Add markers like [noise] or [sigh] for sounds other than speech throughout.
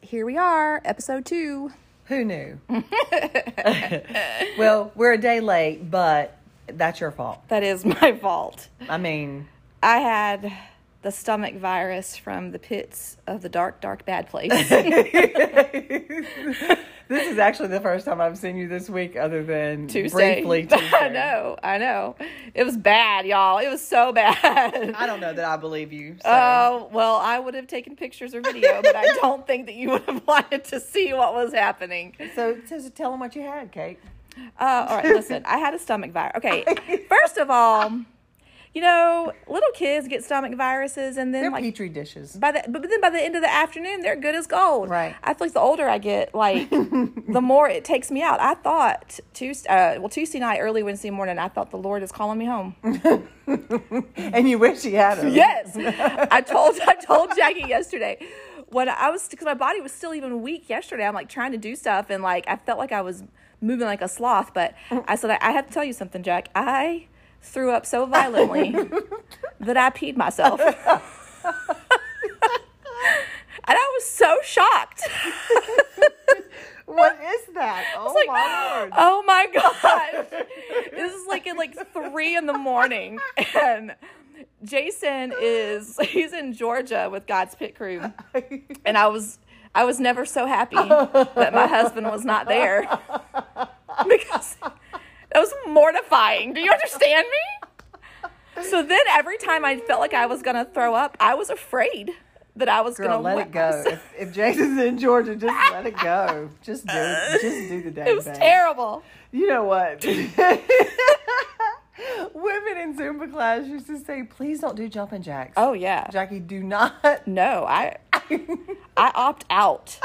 here we are, episode two. Who knew? [laughs] well, we're a day late, but that's your fault. That is [laughs] my fault. I mean, I had the stomach virus from the pits of the dark, dark, bad [laughs] place. this is actually the first time I've seen you this week, other than Tuesday. briefly. [laughs] I Tuesday. know, I know. It was bad, y'all. It was so [laughs] bad. I don't know that I believe you. So. Oh, well, I would have taken pictures or video, but I don't [laughs] think that you would have wanted to see what was happening. so, so tell them what you had, Kate. Uh, all right, listen, I had a stomach virus. [laughs] Okay, first of all, you know, little kids get stomach viruses, and then They're like petri dishes. by the but then by the end of the afternoon, they're good as gold. Right. I feel like the older I get, like the more it takes me out. I thought Tuesday, uh, well Tuesday night, early Wednesday morning, I thought the Lord is calling me home. and you wish you had them. [laughs] Yes, I told I told Jackie yesterday when I was because my body was still even weak yesterday. I'm like trying to do stuff and like I felt like I was moving like a sloth. But I said I, I have to tell you something, Jack. I threw up so violently that I peed myself. [laughs] And I was so shocked. [laughs] What is that? Oh It's like, [gasps] my lord. oh my [laughs] gosh. this is like at like three in the morning. And Jason is [laughs] he's in Georgia with God's Pit Crew. [laughs] And I was I was never so happy that my husband was not [laughs] there. because that was mortifying. Do you understand me? So then every time I felt like I was gonna throw up, I was afraid that I was Girl, gonna [laughs] let it wet go. myself. If, if Jason's in Georgia, just let it go. Just do, it. just do the [laughs] day. It was terrible. You know [laughs] what? Women in Zumba class used to say, "Please don't do jumping jacks." Oh yeah. Jackie, do not. [laughs] No, I I opt out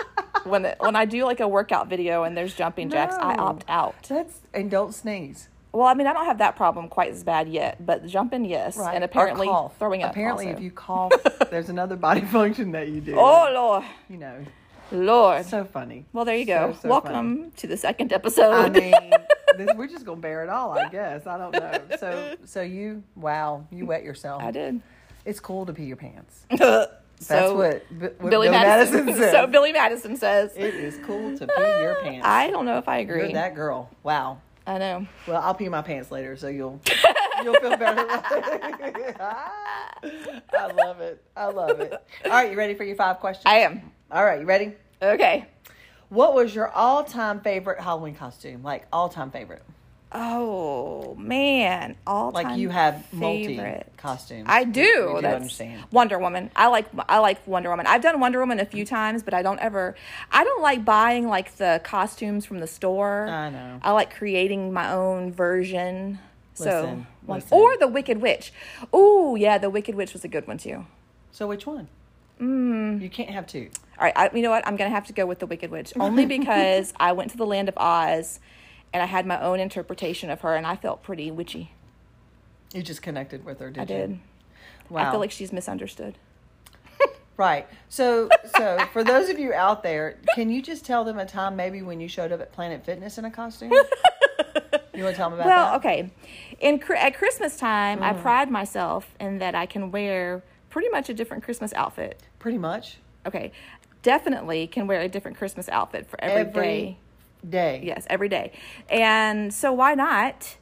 when it, when I do like a workout video and there's jumping jacks. I No. opt out. That's and don't sneeze. Well, I mean, I don't have that problem quite as bad yet, but jumping, yes, Right. and Or apparently cough. throwing up. Apparently, also. if [laughs] you cough, there's another body [laughs] function that you do. oh lord, you know, lord. so funny. well, there you go. so, so Welcome funny. to the second episode. [laughs] [laughs] I mean, this, we're just gonna bear it all, I guess. I don't [laughs] know. So, so you, wow, you wet yourself. I did. It's cool to pee your pants. so That's what, B- what Billy, Madison. says. [laughs] so Billy Madison says. it is cool to pee your pants. [laughs] I don't know if I You're agree. that girl. Wow. I know. Well, I'll pee my pants later, so you'll you'll feel better. [laughs] I love it. I love it. All right, you ready for your five questions? I am All right, you ready? okay. What was your all-time favorite Halloween costume? Like all-time favorite? Oh man, all Like you have multi costumes. I do. We do That's understand. Wonder Woman. I like I like Wonder Woman. I've done Wonder Woman a few times, but I don't ever. I don't like buying like the costumes from the store. I know. I like creating my own version. so Listen, one- listen. or the Wicked Witch. Oh yeah, the Wicked Witch was a good one too. So which one? Mm. You can't have two. All right, I, you know what? I'm gonna have to go with the Wicked [laughs] Witch only because I went to the Land of Oz, and I had my own interpretation of her, and I felt pretty witchy. You just connected with her, did I you? did. Wow. I feel like she's misunderstood. Right. So, so for those of you out there, can you just tell them a time maybe when you showed up at Planet Fitness in a costume? you want to tell them about Well, that? Mm-hmm. okay. In Chri- at Christmas time, I pride myself in that I can wear pretty much a different Christmas outfit. Pretty much Okay, definitely can wear a different Christmas outfit for every day. every day. Yes, every day. And so why not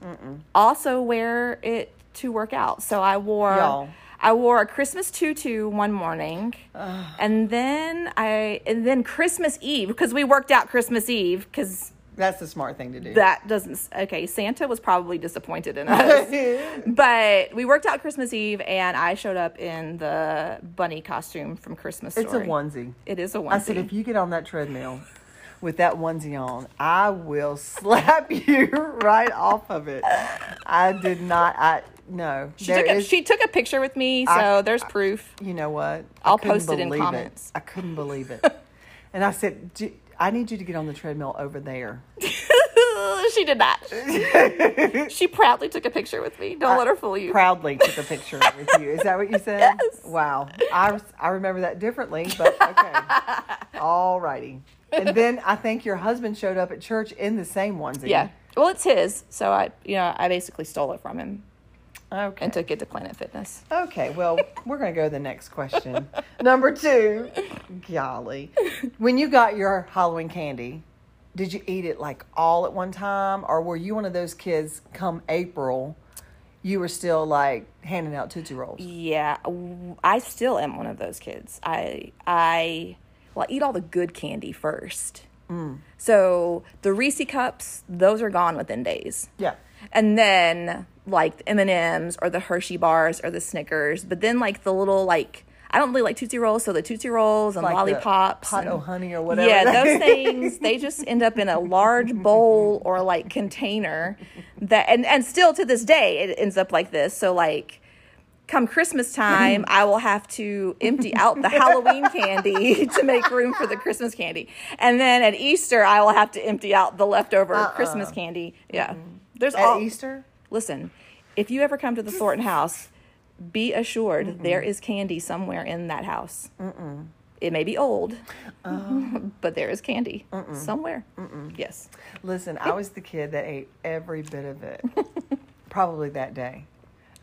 also wear it to work out? So I wore Y'all. I wore a Christmas tutu one morning. And then I and then Christmas Eve because we worked out Christmas Eve cuz That's the smart thing to do. that doesn't okay, Santa was probably disappointed in us. [laughs] But we worked out Christmas Eve, and I showed up in the bunny costume from Christmas Story. it's a onesie. It is a onesie. I said, if you get on that treadmill with that onesie on, I will slap [laughs] you right off of it. I did not. I no. she, There took a, is- she took a picture with me, so there's proof. [laughs] you know what? I'll I couldn't post it in believe comments. I couldn't believe [laughs] it. and I said, "J- I need you to get on the treadmill over [laughs] there. she did not. [laughs] she proudly took a picture with me. Don't let her fool you. Proudly took a picture with you. Is that what you said? [laughs] Yes. Wow. I, I remember that differently, but okay. [laughs] All righty. And then I think your husband showed up at church in the same onesie. yeah. Well, it's his, so I, you know, I basically stole it from him. Okay. and took it to Planet Fitness. Okay, well, we're going to go to the next question. Number two, golly. When you got your Halloween candy, did you eat it like all at one time? Or were you one of those kids come April, you were still like handing out Tootsie Rolls? Yeah, w- I still am one of those kids. I I well, I eat all the good candy first. Mm. So the Reese cups, those are gone within days. Yeah. and then like the m&ms or the hershey bars or the snickers but then like the little like i don't really like tootsie rolls so the tootsie rolls and Like the lollipops Pot and- O' Honey or whatever yeah that those things they just end up in a large bowl or like container that and and still to this day it ends up like this so like come christmas time i will have to empty out the halloween candy [laughs] to make room for the christmas candy and then at easter i will have to empty out the leftover christmas candy yeah there's [laughs] Uh-uh. At all Easter? Listen, if you ever come to the Thornton house, be assured there is candy somewhere in that house. It may be old, Uh-huh. [laughs] but there is candy somewhere. Yes. Listen, I was the kid that ate every bit of [laughs] it, probably that day,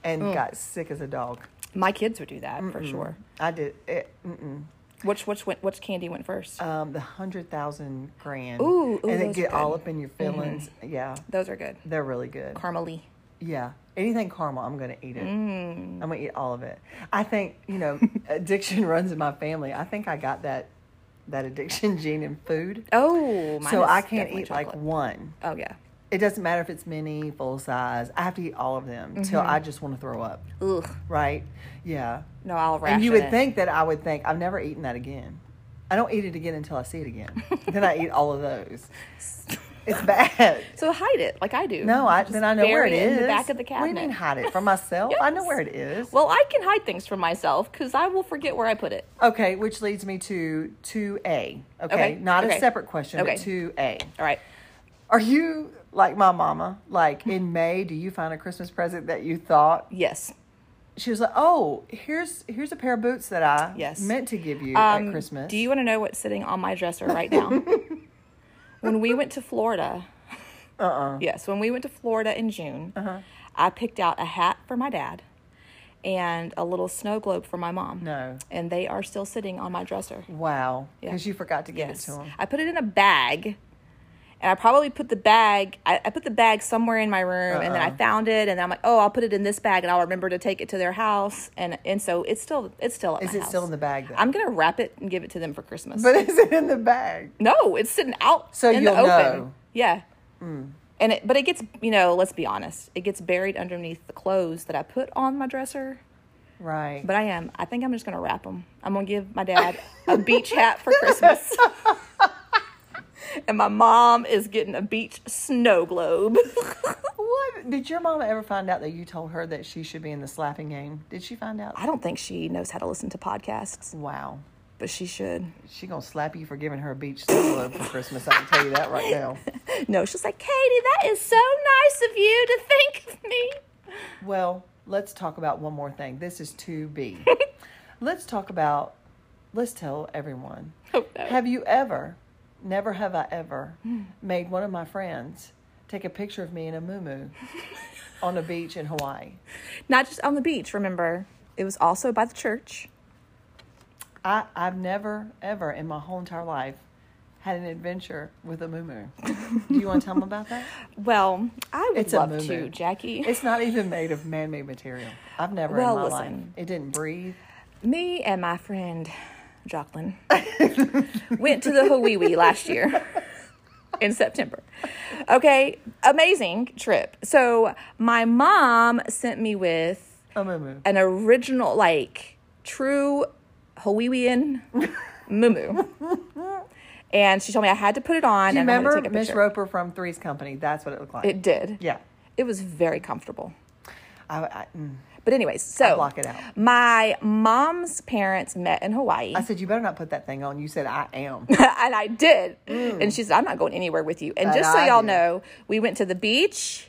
and Mm. got sick as a dog. My kids would do that for sure. I did. It, mm-mm. Which which went which candy went first? um, the hundred thousand grand. Ooh, ooh, and they those are get all good. Mm-hmm. up in your feelings. Yeah, Those are good. they're really good. Caramely. yeah, anything caramel, I'm gonna eat it. Mm. I'm gonna eat all of it. I think [laughs] you know, addiction runs in my family. I think I got that that addiction [laughs] gene in food. Oh, mine so is I can't definitely eat like chocolate. one. Oh yeah. It doesn't matter if it's mini, full size. I have to eat all of them till Mm-hmm. I just want to throw up. Ugh. Right? Yeah. No, I'll ration and you would it. think that I would think I've never eaten that again. I don't eat it again until I see it again. [laughs] then I eat all of those. [laughs] It's bad. [laughs] So hide it like I do. No, I Just then I know where bury it is. in the back of the What do cabinet. you mean hide it from myself? I know Yes. where it is. Well, I can hide things from myself because I will forget where I put it. okay, which leads me to two A. Okay, Okay, not okay. a separate question, Okay. but two A. All right. Are you like my mama? Like Hmm. in May, do you find a Christmas present that you thought Yes. she was like, "Oh, here's here's a pair of boots that I Yes. meant to give you at Um, Christmas." Do you want to know what's sitting on my dresser right [laughs] now? when we went to Florida, Uh uh yes, when we went to Florida in June, Uh-huh. I picked out a hat for my dad and a little snow globe for my mom. No. And they are still sitting on my dresser. Wow. Yeah. Because you forgot to give Yes. it to him. I put it in a bag. And I probably put the bag, I, I put the bag somewhere in my room and Uh-uh. then I found it and then I'm like, oh, I'll put it in this bag and I'll remember to take it to their house. And and so it's still, it's still at Is my it still house. in the bag though? I'm going to wrap it and give it to them for Christmas. [laughs] but is it in the bag? No, it's sitting out So in the you'll open. know. Hmm. Yeah. And it, but it gets, you know, let's be honest, it gets buried underneath the clothes that I put on my dresser. Right. But I am. I think I'm just gonna wrap them. I'm gonna give my dad a beach hat for Christmas, and my mom is getting a beach snow globe. [laughs] what did your mama ever find out that you told her that she should be in the slapping game? Did she find out? I don't think she knows how to listen to podcasts, Wow. but she should. [laughs] She gonna slap you for giving her a beach [laughs] solo for Christmas. I can tell you that right now. No, she's like, Katie, that is so nice of you to think of me. [laughs] Well, let's talk about one more thing. This is two B. [laughs] let's talk about. Let's tell everyone. Oh, no. Have you ever? Never have I ever made one of my friends take a picture of me in a moo [laughs] on a beach in Hawaii. Not just on the beach. Remember, it was also by the church. I, I've never, ever in my whole entire life had an adventure with a moo Do you want to tell them [laughs] about that? Well, I would It's a love moo-moo. to, Jackie. It's not even made of man made material. I've never Well, in my life. listen. It didn't breathe. Me and my friend Jocelyn [laughs] went to the Hawaii last [laughs] year in September. Okay, amazing trip. So my mom sent me with A moo an original, like true Hawaiian mumu. And she told me I had to put it on. Do you and I had to remember take a Miss picture. Roper from Three's Company? That's what it looked like. It did. yeah. It was very comfortable. I, I, mm. But anyways, so block it out. My mom's parents met in Hawaii. I said, you better not put that thing on. You said, I am. [laughs] and I did. And she said, I'm not going anywhere with you. And But just so Mm. I y'all did. know, we went to the beach,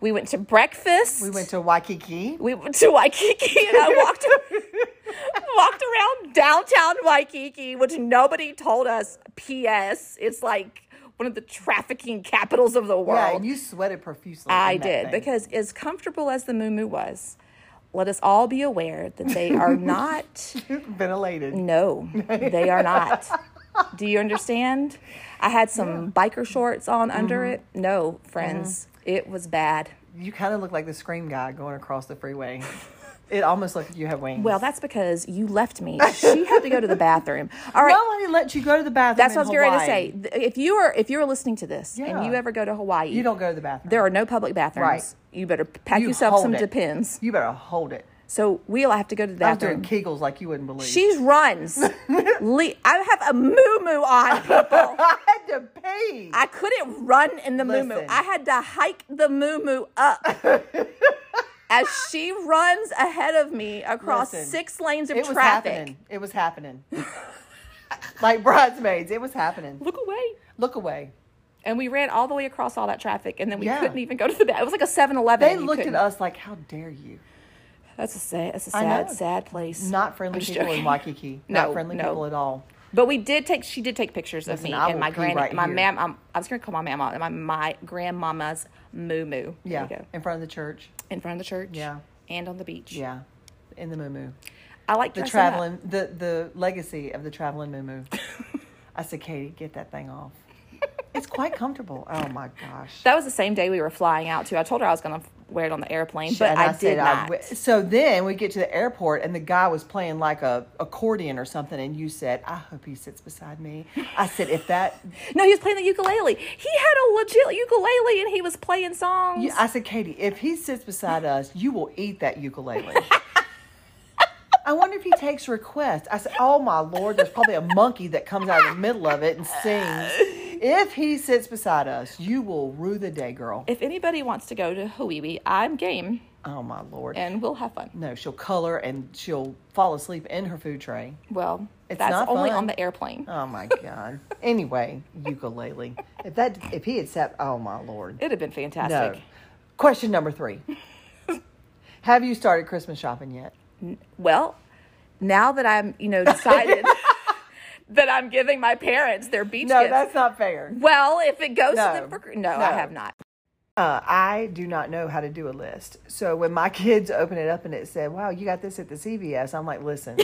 we went to breakfast, [laughs] We went to Waikiki. we went to Waikiki, and I [laughs] walked walked around downtown Waikiki, which nobody told us. P.S. It's like one of the trafficking capitals of the Yeah, world. and you sweated profusely. in I that did thing. because as comfortable as the moo was, let us all be aware that they [laughs] are not. ventilated. No, they are not. Do you understand? I had some biker shorts on under Mm-hmm. it. No, friends, it was bad. You kind of look like the scream guy going across [laughs] the freeway. it almost looked like you have wings. Well, that's because you left [laughs] me. She had to go to the bathroom. All right. nobody let you go to the bathroom. that's in what I was getting ready to Hawaii. say. Th- If you are if you're listening to this and you Yeah. ever go to Hawaii, You don't go to the bathroom. there are no public bathrooms. Right. You better pack You yourself hold some it. depends. You better hold it. So we'll have to go to the I was doing bathroom. kegels like you wouldn't believe. She runs. Le- I have a moo moo on, people. [laughs] I had to pee. I couldn't run in the moo moo. Listen. I had to hike the moo moo [laughs] up. As she runs ahead of me across Listen, six lanes of it was traffic. happening. It was happening. [laughs] like bridesmaids, it was happening. Look away. Look away. And we ran all the way across all that traffic, and then we Yeah. couldn't even go to the back. It was like a 7 Eleven. They looked at us like, "How dare you?" That's a sad, that's a I know. sad, sad place. Not friendly I'm just people in joking. Waikiki. [laughs] No, Not friendly no. people at all. But we did take. She did take pictures of Listen, me I and will my pee grand, right my here. mam. um, I was gonna call my mama and my my grandmama's moo moo. Yeah, There you go. in front of the church. in front of the church. Yeah. and on the beach. Yeah, in the moo I like The dressing up. traveling, the the legacy of the traveling moo [laughs] I said, Katie, get that thing [laughs] off. It's quite comfortable. Oh my gosh. That was the same day we were flying out too. I told her I was gonna wear it on the airplane, but And I, did said, I not. wi- so then we get to the airport, and the guy was playing like a accordion or something, and you said, "I hope he sits beside me." I said, "If that," no, he was playing the ukulele. He had a legit ukulele and he was playing songs. you- I said, "Katie, if he sits beside us, you will eat that ukulele." [laughs] I wonder if he takes requests. I said, "Oh my lord, there's probably a monkey that comes out of the middle of it and sings." If he sits beside us, you will rue the day, girl. if anybody wants to go to Hawaii, I'm game Oh my lord. and we'll have fun. No, she'll color and she'll fall asleep in her food tray. Well, It's that's not only fun. on the airplane. Oh my god. anyway, ukulele. If that if he had sat oh my lord. It'd have been fantastic. No. Question number three. Have you started Christmas shopping yet? Well, now that I'm, you know, decided [laughs] that I'm giving my parents their beach No, gifts. that's not fair. well, if it goes No. to them for cr- no, I No. have not. [laughs] Uh, I do not know how to do a list. So when my [laughs] kids open it up and it said, "Wow, you got this at the CVS," I'm like, "Listen,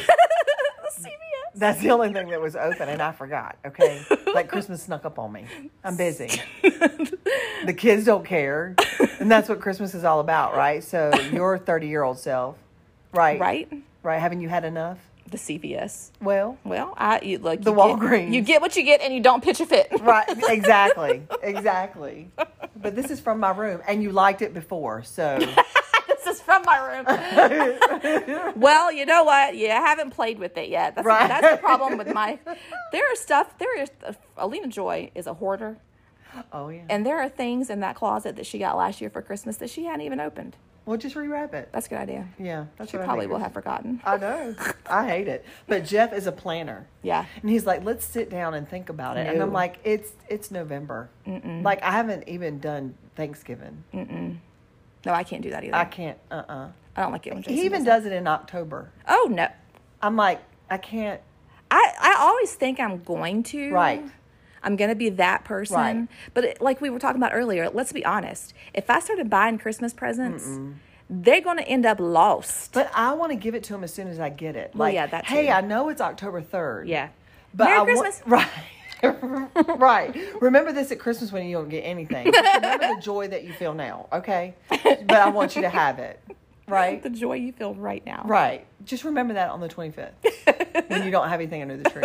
CVS. that's the only thing that was open, and I forgot." Okay, like Christmas snuck up on me. I'm busy. [laughs] the kids don't care, and that's what Christmas is all about, right? So your 30 year old self, right, Right? right? Haven't you had enough? The CVS. Well, Well, I you, look. The you get- Walgreens. you get what you get, and you don't pitch a fit. [laughs] right, exactly, exactly. But this is from my room, and you liked it [laughs] before, [laughs] so this is from my room. [laughs] well, you know what? Yeah, I haven't played with it yet. That's, Right. that's the [laughs] problem with my. There are stuff. There is. uh, Alina Joy is a hoarder, oh yeah. and there are things in that closet that she got last year for Christmas that she hadn't even opened. Well, just rewrap it. That's a good idea. Yeah, that's She what I probably think. will have forgotten. I know. I hate it. But Jeff is a planner. Yeah. And he's like, let's sit down and think about it. And No. I'm like, it's it's November. Like I haven't even done Thanksgiving. No, I can't do that either. I I, can't. Uh. uh don't like it when Mm. Jason He even does. does it in October. that. Oh no, I'm like, I can't. I I always think I'm going to. Right. I'm gonna be that person. Right. But it, like we were talking about earlier, let's be honest. If I started buying Christmas presents, they're gonna end up lost. But I want to give it to him as soon as I get it. Like, Well, yeah, that hey, too. I know it's October third. Yeah. But Merry I wa- [laughs] Christmas. right. right. Remember this at Christmas when you don't [laughs] get anything. Remember the joy that you feel now, okay? But I want you to have it. Right? the joy you feel right now. [laughs] Right. Just remember that on the 25th when you don't have anything under [laughs] the tree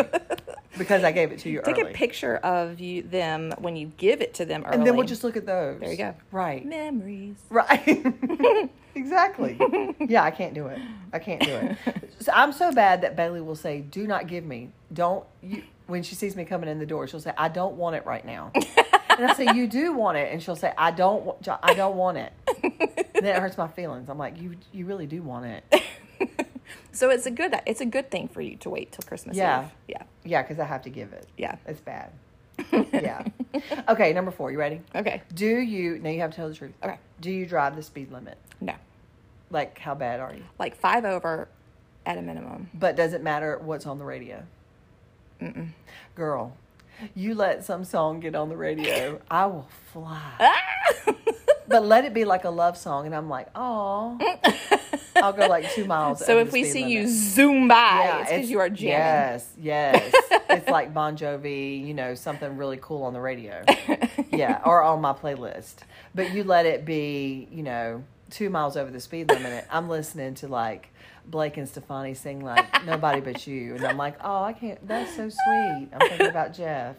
because I gave it to you Take early. a picture of you them when you give it to them early. and then we'll just look at those. There you go. Right. memories. [laughs] [laughs] Right. exactly. Yeah, I can't do it. I can't do it. [laughs] So I'm so bad that Bailey will say, "Do not give me. Don't you." When she sees me coming in the door, she'll say, "I don't want it right now." and I say, "You do want it," and she'll say, "I don't. wa- Jo- I don't want it." And then it hurts my feelings. I'm like, "You, you really do want it." So it's a good it's a good thing for you to wait till Christmas. Yeah. Eve. Yeah. Yeah, because I have to give it. Yeah. It's bad. yeah. [laughs] Okay, number four. You ready? Okay. Do you now you have to tell the truth. Okay. Do you drive the speed limit? No. Like how bad are you? Like five over at a minimum. But does it matter what's on the radio? Mm-mm. Girl, You let some song get on the [laughs] radio, I will Ah! fly. But let it be like a love song, and I'm like, oh, I'll go like two miles. Mm. [laughs] so over if the we speed see limit. you zoom by, Yeah, it's because you are jamming. Yes, yes. [laughs] it's like Bon Jovi, you know, something really cool on the radio. yeah, or on my playlist. But you let it be, you know, two miles over the speed limit. and I'm listening to like Blake and Stefani sing like Nobody But You. And I'm like, oh, I can't. That's so sweet. I'm thinking about Jeff.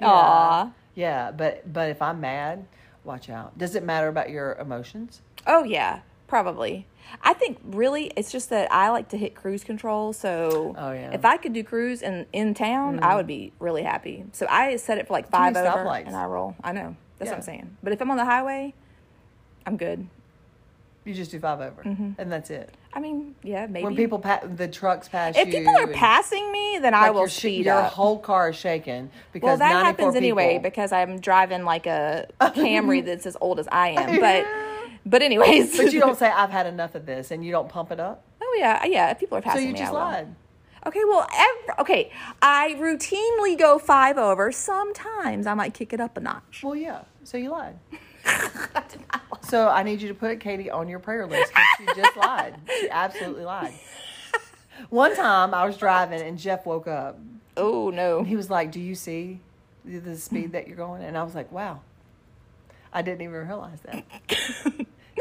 Yeah. Aw. Yeah, but but if I'm mad, watch out. Does it matter about your emotions? Oh yeah, probably. I think really it's just that I like to hit cruise control. So Oh, yeah. Mm-hmm. if I could do cruise in in town, I would be really happy. So I set it for like many five over stoplights. and I roll. I know that's what Yeah. I'm saying. But if I'm on the highway, I'm good. You just do five over, and that's it. I mean, yeah, Mm-hmm. maybe. When people pa- the trucks pass if you, people are and- passing me, then I Like will your, sh- speed your up. whole car is shaking because well, that 94 happens anyway people- Oh, because I'm driving like [laughs] a Camry that's as old as I am. But but anyways, but you don't say I've had enough of this, and you don't pump it up. [laughs] Oh yeah, yeah. If people are So passing you me, just I will. lied. Okay, well, ev okay. I routinely go five over. Sometimes I might kick it up a [laughs] notch. [laughs] Well, yeah. So you lied. so I need you to put Katie on your prayer list because she just lied. She [laughs] absolutely lied. One time I was driving and Jeff woke up. Oh no. He was like, "Do you see the- the Mm-hmm. speed that you're going?" And I was like, "Wow, I didn't even realize [laughs] that."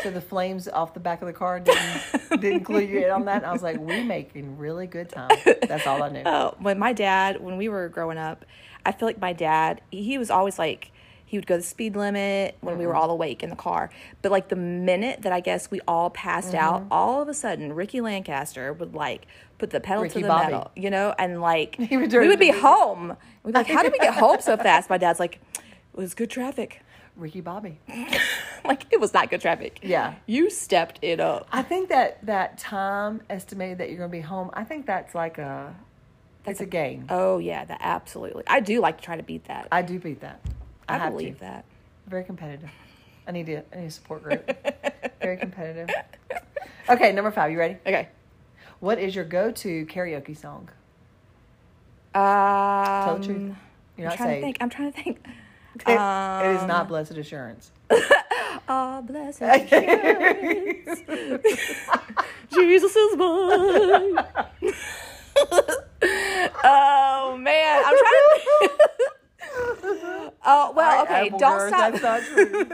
so the flames off the back of the car didn't didn't clue you in on that. And I was like, "We making really good time." That's all I knew. Oh, when my dad, when we were growing up, I feel like my dad, he was always like, he would go the speed limit when Mm-hmm. we were all awake in the car. But like the minute that I guess we all passed Mm-hmm. out, all of a sudden Ricky Lancaster would like put the pedal Ricky to the Bobby. metal, you know, and like [laughs] He would we turn would be to- home. We'd be like, how did we [laughs] get home so fast? My dad's like, it was good traffic. [laughs] Ricky Bobby. like it was not good traffic. Yeah. You stepped it up. I think that that time estimated that you're going to be home. I think that's like a that's a game. Oh yeah, that absolutely. I do like to try to beat that. I, I do beat that. I, have believe to. that. Very competitive. I need to. I need a support group. [laughs] Very competitive. Okay, number five. You ready? Okay. What is your go-to karaoke song? Um, Tell the truth. You're I'm trying not to saved. think. Um, I'm trying to think. It- it is not blessed assurance. [laughs] Ah, Oh, blessed [laughs] assurance. Jesus is mine. oh man, I'm trying to. [laughs] Oh well, All right, okay. Apple Don't Girls, stop. [laughs] That's not true.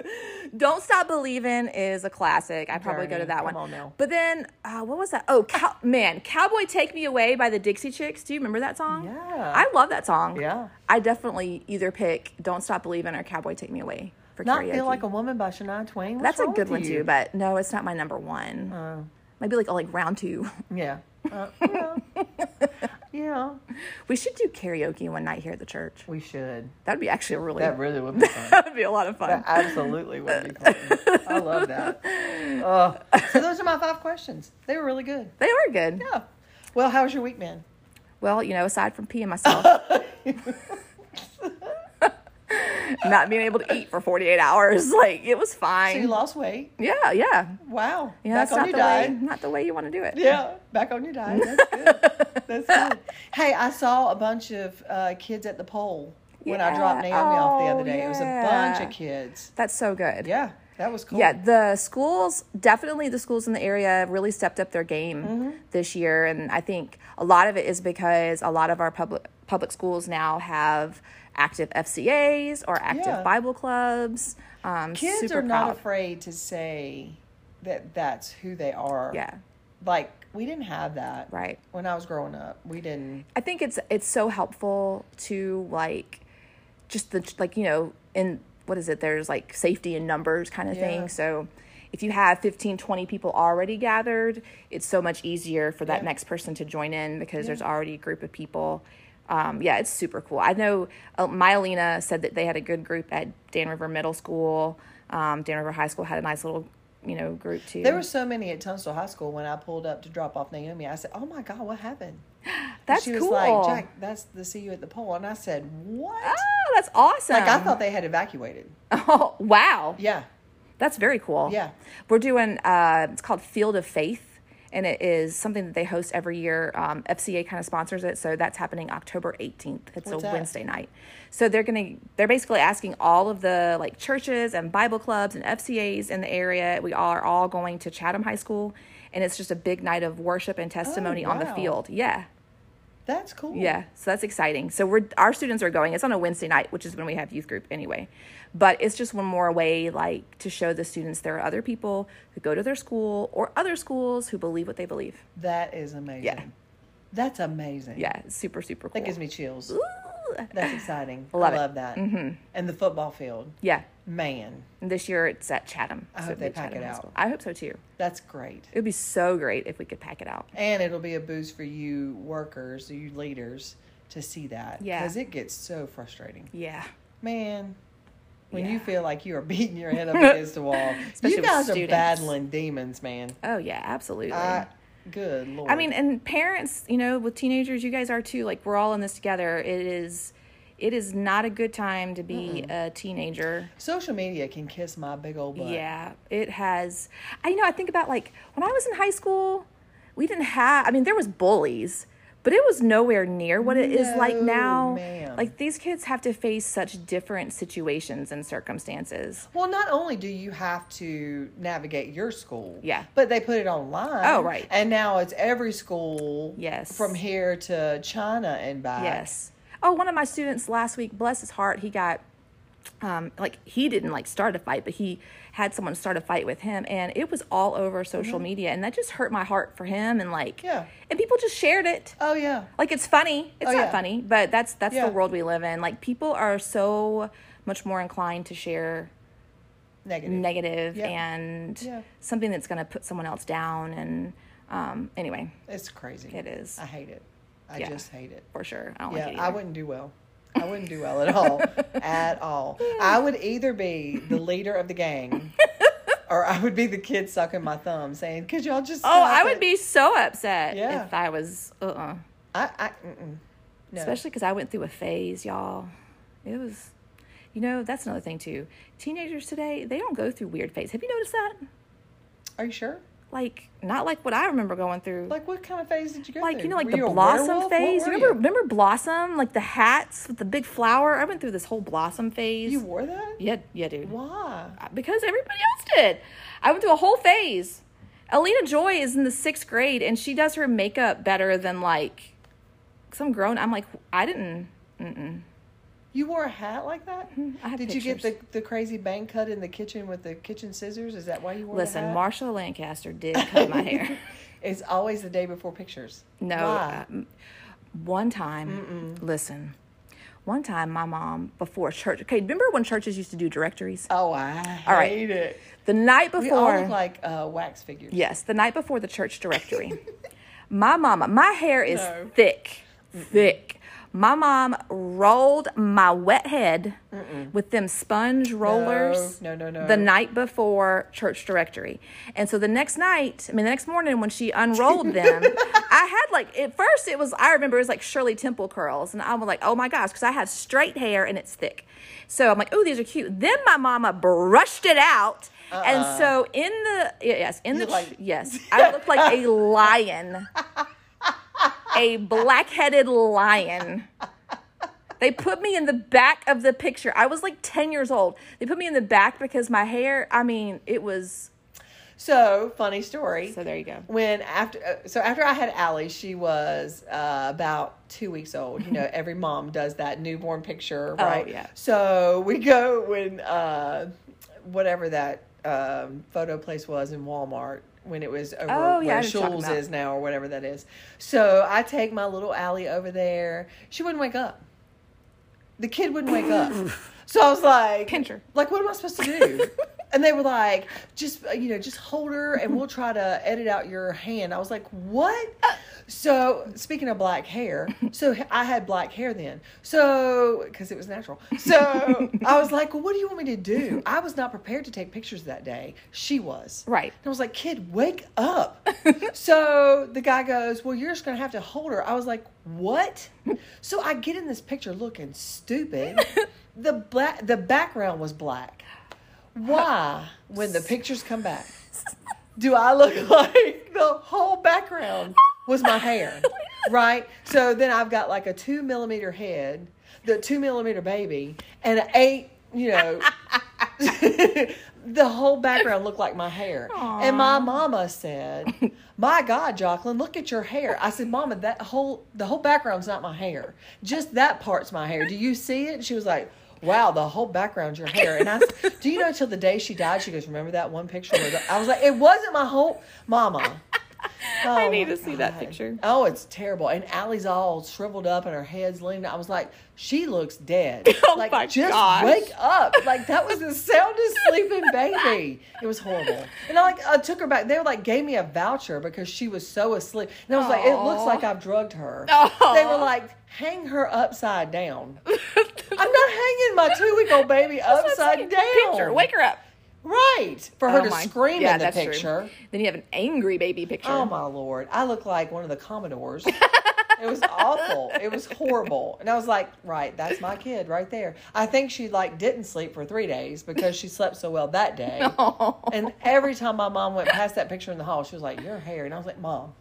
Don't Stop Believing is a classic. I probably go Journey. to that Come one. on now. But then, uh, what was that? Oh, cow- man, Cowboy Take Me Away by the Dixie Chicks. Do you remember that song? Yeah. I love that song. Yeah. I definitely either pick Don't Stop Believing or Cowboy Take Me Away for Not karaoke. Feel Like a Woman by Shania Twain. What's That's a wrong good with one you? Uh. too, but no, it's not my number one. Maybe like like round two. Yeah. Uh, yeah. yeah. We should do karaoke one night here at the church. We should. That'd be actually a really [laughs] That really would be fun. that'd be a lot of fun. That absolutely would be fun. I love that. Oh. so those are my five questions. They were really good. They are good. Yeah. Well, how's your week been? Well, you know, aside from peeing [laughs] myself, [laughs] not being able to eat for 48 hours, [laughs] like it was So you fine. lost weight. Yeah, yeah. Wow. Yeah, Back that's on not your the diet. way not the way you want to do it. Yeah, back on your diet. That's good. That's good. Hey, I saw a bunch of uh, kids at the poll when I Yeah. dropped Naomi off the Oh, other day. It was a bunch yeah. of kids. [laughs] That's so good. Yeah, that was cool. Yeah, the schools definitely the schools in the area really stepped up their game Mm-hmm. this year, and I think a lot of it is because a lot of our public public schools now have active FCAs or active Yeah. Bible clubs. Um, kids super are not proud. afraid to say that that's who they are. Yeah. Like we didn't have that. Right. When I was growing up, we didn't. I think it's it's so helpful to like just the like you know in what is it there's like safety in numbers kind of Yeah. thing. So if you have 15 20 people already gathered, it's so much easier for that Yeah. next person to join in because there's already a group of people. Um, yeah, it's super cool. I know uh, Myelina said that they had a good group at Dan River Middle School. Um, Dan River High School had a nice little, you know, group too. There were so many at Tunstall High School when I pulled up to drop off Naomi. I said, "Oh my God, what happened?" That's she was cool. like, "Jack, that's the see you at the poll," and I said, "What?" oh, that's awesome. Like I thought they had evacuated. [laughs] Oh, wow. Yeah. That's very cool. Yeah. We're doing, uh, it's called Field of Faith. and it is something that they host every year. Um, FCA kind of sponsors it, so that's happening October 18th. It's What's a that? Wednesday night. So they're gonna they're basically asking all of the like churches and Bible clubs and FCAs in the area. We are all going to Chatham High School, and it's just a big night of worship and testimony on the Oh, wow. field. Yeah. That's cool. Yeah, so that's exciting. So we're our students are going. It's on a Wednesday night, which is when we have youth group anyway. But it's just one more way, like to show the students there are other people who go to their school or other schools who believe what they believe. That is amazing. Yeah. That's amazing. Yeah, it's super super cool. That gives me chills. Ooh. That's exciting. Love I it. love that. Mm-hmm. And the football field. Yeah, Man, and this year it's at Chatham. I so hope it'll be they pack Chatham it High out. School. I hope so too. that's great. It would be so great if we could pack it out. And it'll be a boost for you workers, you leaders, to see that. Yeah. Because it gets so frustrating. Yeah. Man, when Yeah. you feel like you are [laughs] beating [laughs] your head up against the wall, Especially you with guys are students. battling demons, man. Oh yeah, absolutely. I, good lord. I mean, and parents, you know, with teenagers, you guys are too. Like we're all in this together. It is, it is not a good time to be a teenager. social media can kiss my big old butt. Yeah, it has. I you know. I think about like when I was in high school, we didn't have. I mean, there was bullies, but it was nowhere near what it is like No, now. ma'am. Like these kids have to face such different situations and circumstances. Well, not only do you have to navigate your school, Yeah. but they put it online. Oh, right. And now it's every school. Yes. From here to China and back. Yes. Oh, one of my students last week, bless his heart, he got um like he didn't like start a fight, but he had someone start a fight with him and it was all over social media and that just hurt my heart for him and like Mm-hmm. Yeah. and people just shared it. Oh yeah. Like it's funny. It's Oh, not yeah. funny, but that's that's Yeah. the world we live in. Like people are so much more inclined to share Negative. negative Yeah. and Yeah. something that's going to put someone else down and um anyway, it's crazy. it is I hate it. I Yeah. just hate it. for sure. I don't Yeah, like it. I either. wouldn't do well. I wouldn't [laughs] do well at all. at all. I would either be the leader of [laughs] the gang or I would be the kid sucking my thumb saying, Could y'all just Oh, stop I would it?" be so upset Yeah. if I was, uh uh I, I mm-mm. No. Especially because I went through a phase, y'all. It was, you know, that's another thing too. Teenagers today, they don't go through weird phases. Have you noticed that? Are you sure? Like, not like what I remember going through. Like, Like what kind of phase did you go through? you know, like Were the a blossom werewolf? What phase. were remember, you? remember blossom? Like the hats with the big flower. I went through this whole blossom phase. You wore that? yeah, yeah, dude. Why? because everybody else did. I went through a whole phase. Alina Joy is in the sixth grade and she does her makeup better than like some grown. I'm like, I didn't. Mm-mm. You wore a hat like that? Mm-hmm. I have Did you get the, the crazy bang cut in the kitchen with the kitchen scissors? Is that why you wore Listen, the hat? Marsha Lancaster did cut my hair. [laughs] It's always the day before pictures. No, Why? um, one time. Listen, one time my mom before church. Okay, remember when churches used to do directories? Oh, I hate All right. it. The night before, We all look like uh, wax figures. Yes, the night before the church directory. [laughs] my mama, my hair is No. thick, thick. My mom rolled my wet head with them sponge rollers no, no, no. the night before church directory. And so the next night, I mean, the next morning when she unrolled [laughs] them, I had like, at first it was, I remember it was like Shirley Temple curls. And I was like, oh my gosh, because I have straight hair and it's thick. So I'm like, oh, these are cute. Then my mama brushed it out. And Uh-uh. so in the, yes, in the, look like- yes, [laughs] I looked like a lion, a black headed lion. They put me in the back of the picture. I was like 10 years old. They put me in the back because my hair, I mean, it was. So funny story. So there you go. when after uh, so after I had Allie, she was uh, about two weeks old. [laughs] You know, every mom does that newborn picture, right? Oh, yeah. So we go when uh, whatever that um, photo place was in Walmart when it was over Oh, yeah, I where know what you're talking Schul's about. is now or whatever that is. So I take my little Allie over there. She wouldn't wake up. The kid wouldn't wake up. [laughs] So I was like, Pinch her. Like, what am I supposed to do? and they were like, just, uh, you know, just hold her and we'll try to edit out your hand. I was like, what? So, speaking of black hair, so I had black hair then. So, because it was natural. So I was like, well, what do you want me to do? I was not prepared to take pictures that day. She was. Right. And I was like, kid, wake up. so the guy goes, well, you're just going to have to hold her. I was like, what? so I get in this picture looking stupid. the black, the background was black. Why, when the pictures come back, do I look [laughs] like the whole was my hair, right? So then I've got like a two millimeter head, the two millimeter baby, and an eight, you know. [laughs] the whole background looked like my hair. And my mama said, My God, Jocelyn, look at your hair. I said, Mama, that whole the whole background's not my hair. Just that part's my hair. Do you see it? She was like, Wow, the whole background's your hair. And I s- do you know till the day she died, she goes, Remember that one picture? where the-" I was like, It wasn't my whole mama. [laughs] I Oh, need my to see that God. picture. Oh, it's terrible. And Allie's all shriveled up and her head's leaning. I was like, she looks dead. [laughs] Oh like, my just gosh. wake up. Like that was the soundest sleeping baby. It was horrible. And I like I took her back. They were like gave me a voucher because she was so asleep. And I was like, it looks Aw. like I've drugged her. Aw. They were like, hang her upside down. I'm not hanging my two week [laughs] old baby upside down. Picture. Wake her up. Right. For her Oh to my- scream yeah, in the that's true. picture. Then you have an angry baby picture. Oh my lord! I look like one of [laughs] the Commodores. it was awful. It was horrible. And I was like, right, that's my kid right there. I think she like didn't sleep for three days because she slept so well [laughs] that day. And every time my mom went past that picture in the hall, she was like, "Your hair," and I was like, [laughs] "Mom,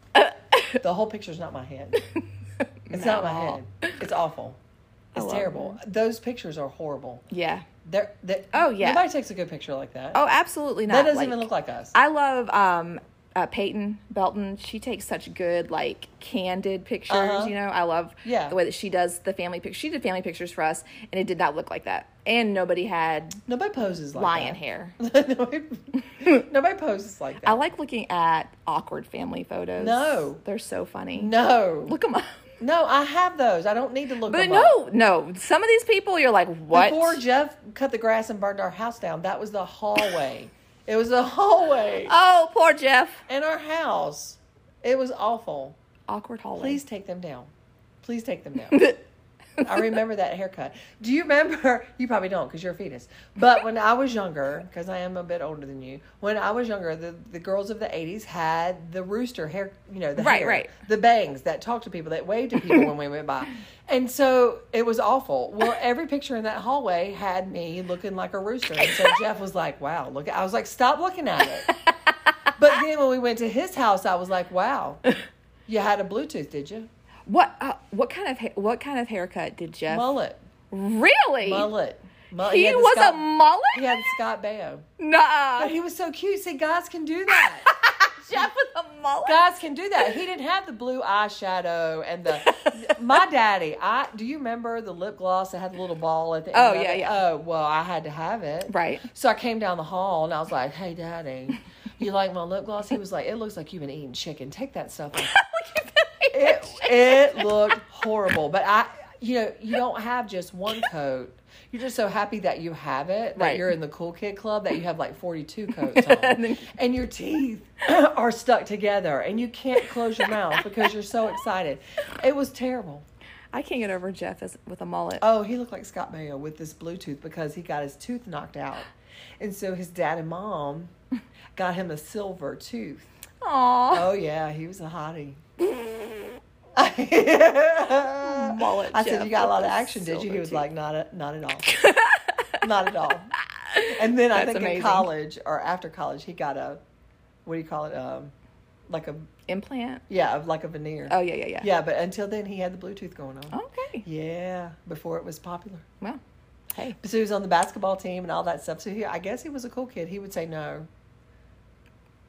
the whole picture's not my head. It's not my No. head. It's awful. It's love terrible. Those pictures are horrible. Yeah. They're, they Oh, yeah. Nobody takes a good picture like that. Oh, absolutely not. that doesn't like- even look like us. I love um, uh, Peyton Belton. She takes such good, like, candid pictures. Uh-huh. You know, I love Yeah. the way that she does the family pictures. She did family pictures for us, and it did not look like that. And nobody had Nobody poses like lion that. hair. [laughs] nobody, [laughs] nobody poses like that. I like looking at awkward family photos. No. they're so funny. no, Look them up. no, I have those. I don't need to look. But them up. no, no. Some of these people, you're like, what? Before Jeff cut the grass and burned our house down, that was the hallway. it was the [laughs] hallway oh, poor Jeff. in our house. It was awful. Awkward hallway. Please take them down. Please take them [laughs] down. I remember that haircut. Do you remember? [laughs] You probably don't because you're a fetus. But when I was younger, because I am a bit older than you, when I was younger, the, the girls of the 80s had the rooster hair, you know, the Right, hair, right. the bangs that talked to people, that waved to people when we [laughs] went by. And so it was awful. Well, every picture in that hallway had me looking like a rooster. And so Jeff was like, wow, look. at-" I was like, stop looking at it. [laughs] But then when we went to his house, I was like, wow, you had a Bluetooth, did you? [laughs] What? Uh, what kind of ha- what kind of haircut did Jeff? Mullet. really? Mullet. Mullet. He had the was Scott, a mullet. He had the Scott Baio. But [laughs] Nah, he was so cute. See, guys can do that. [laughs] Jeff was a mullet. guys can do that. He didn't have the blue eyeshadow and the. My daddy, I do you remember the lip gloss that had the little ball at the end? Oh, of yeah, it? yeah. Oh well, I had to have it. Right. So I came down the hall and I was like, "Hey, daddy, you like my lip gloss?" He was like, "It looks like you've been eating chicken. Take that stuff off." it, it looked horrible. But I, you know, you don't have just one coat. You're just so happy that you have it, that Right. you're in the cool kid club, that you have like 42 coats on. and your teeth [clears throat] are stuck together and you can't close your mouth because you're so excited. It was terrible. I can't get over Jeff as, with a mullet. Oh, he looked like Scott Mayo with this Bluetooth because he got his tooth knocked out. And so his dad and mom got him a silver tooth. Aw, Oh, yeah, he was a hottie. [laughs] mullet. I said, Jeff "You [laughs] got a lot of with a action, did you?" He silver was tooth. like, "Not a, not at all, not at [laughs] all." And then I That's think in amazing. college or after college, he got a what do you call it? Um, like a implant. yeah, like a veneer. Oh yeah, yeah, yeah. Yeah, but until then, he had the Bluetooth going on. Okay. Yeah, before it was popular. Well, hey, So he was on the basketball team and all that stuff. So he, I guess he was a cool kid. He would say no.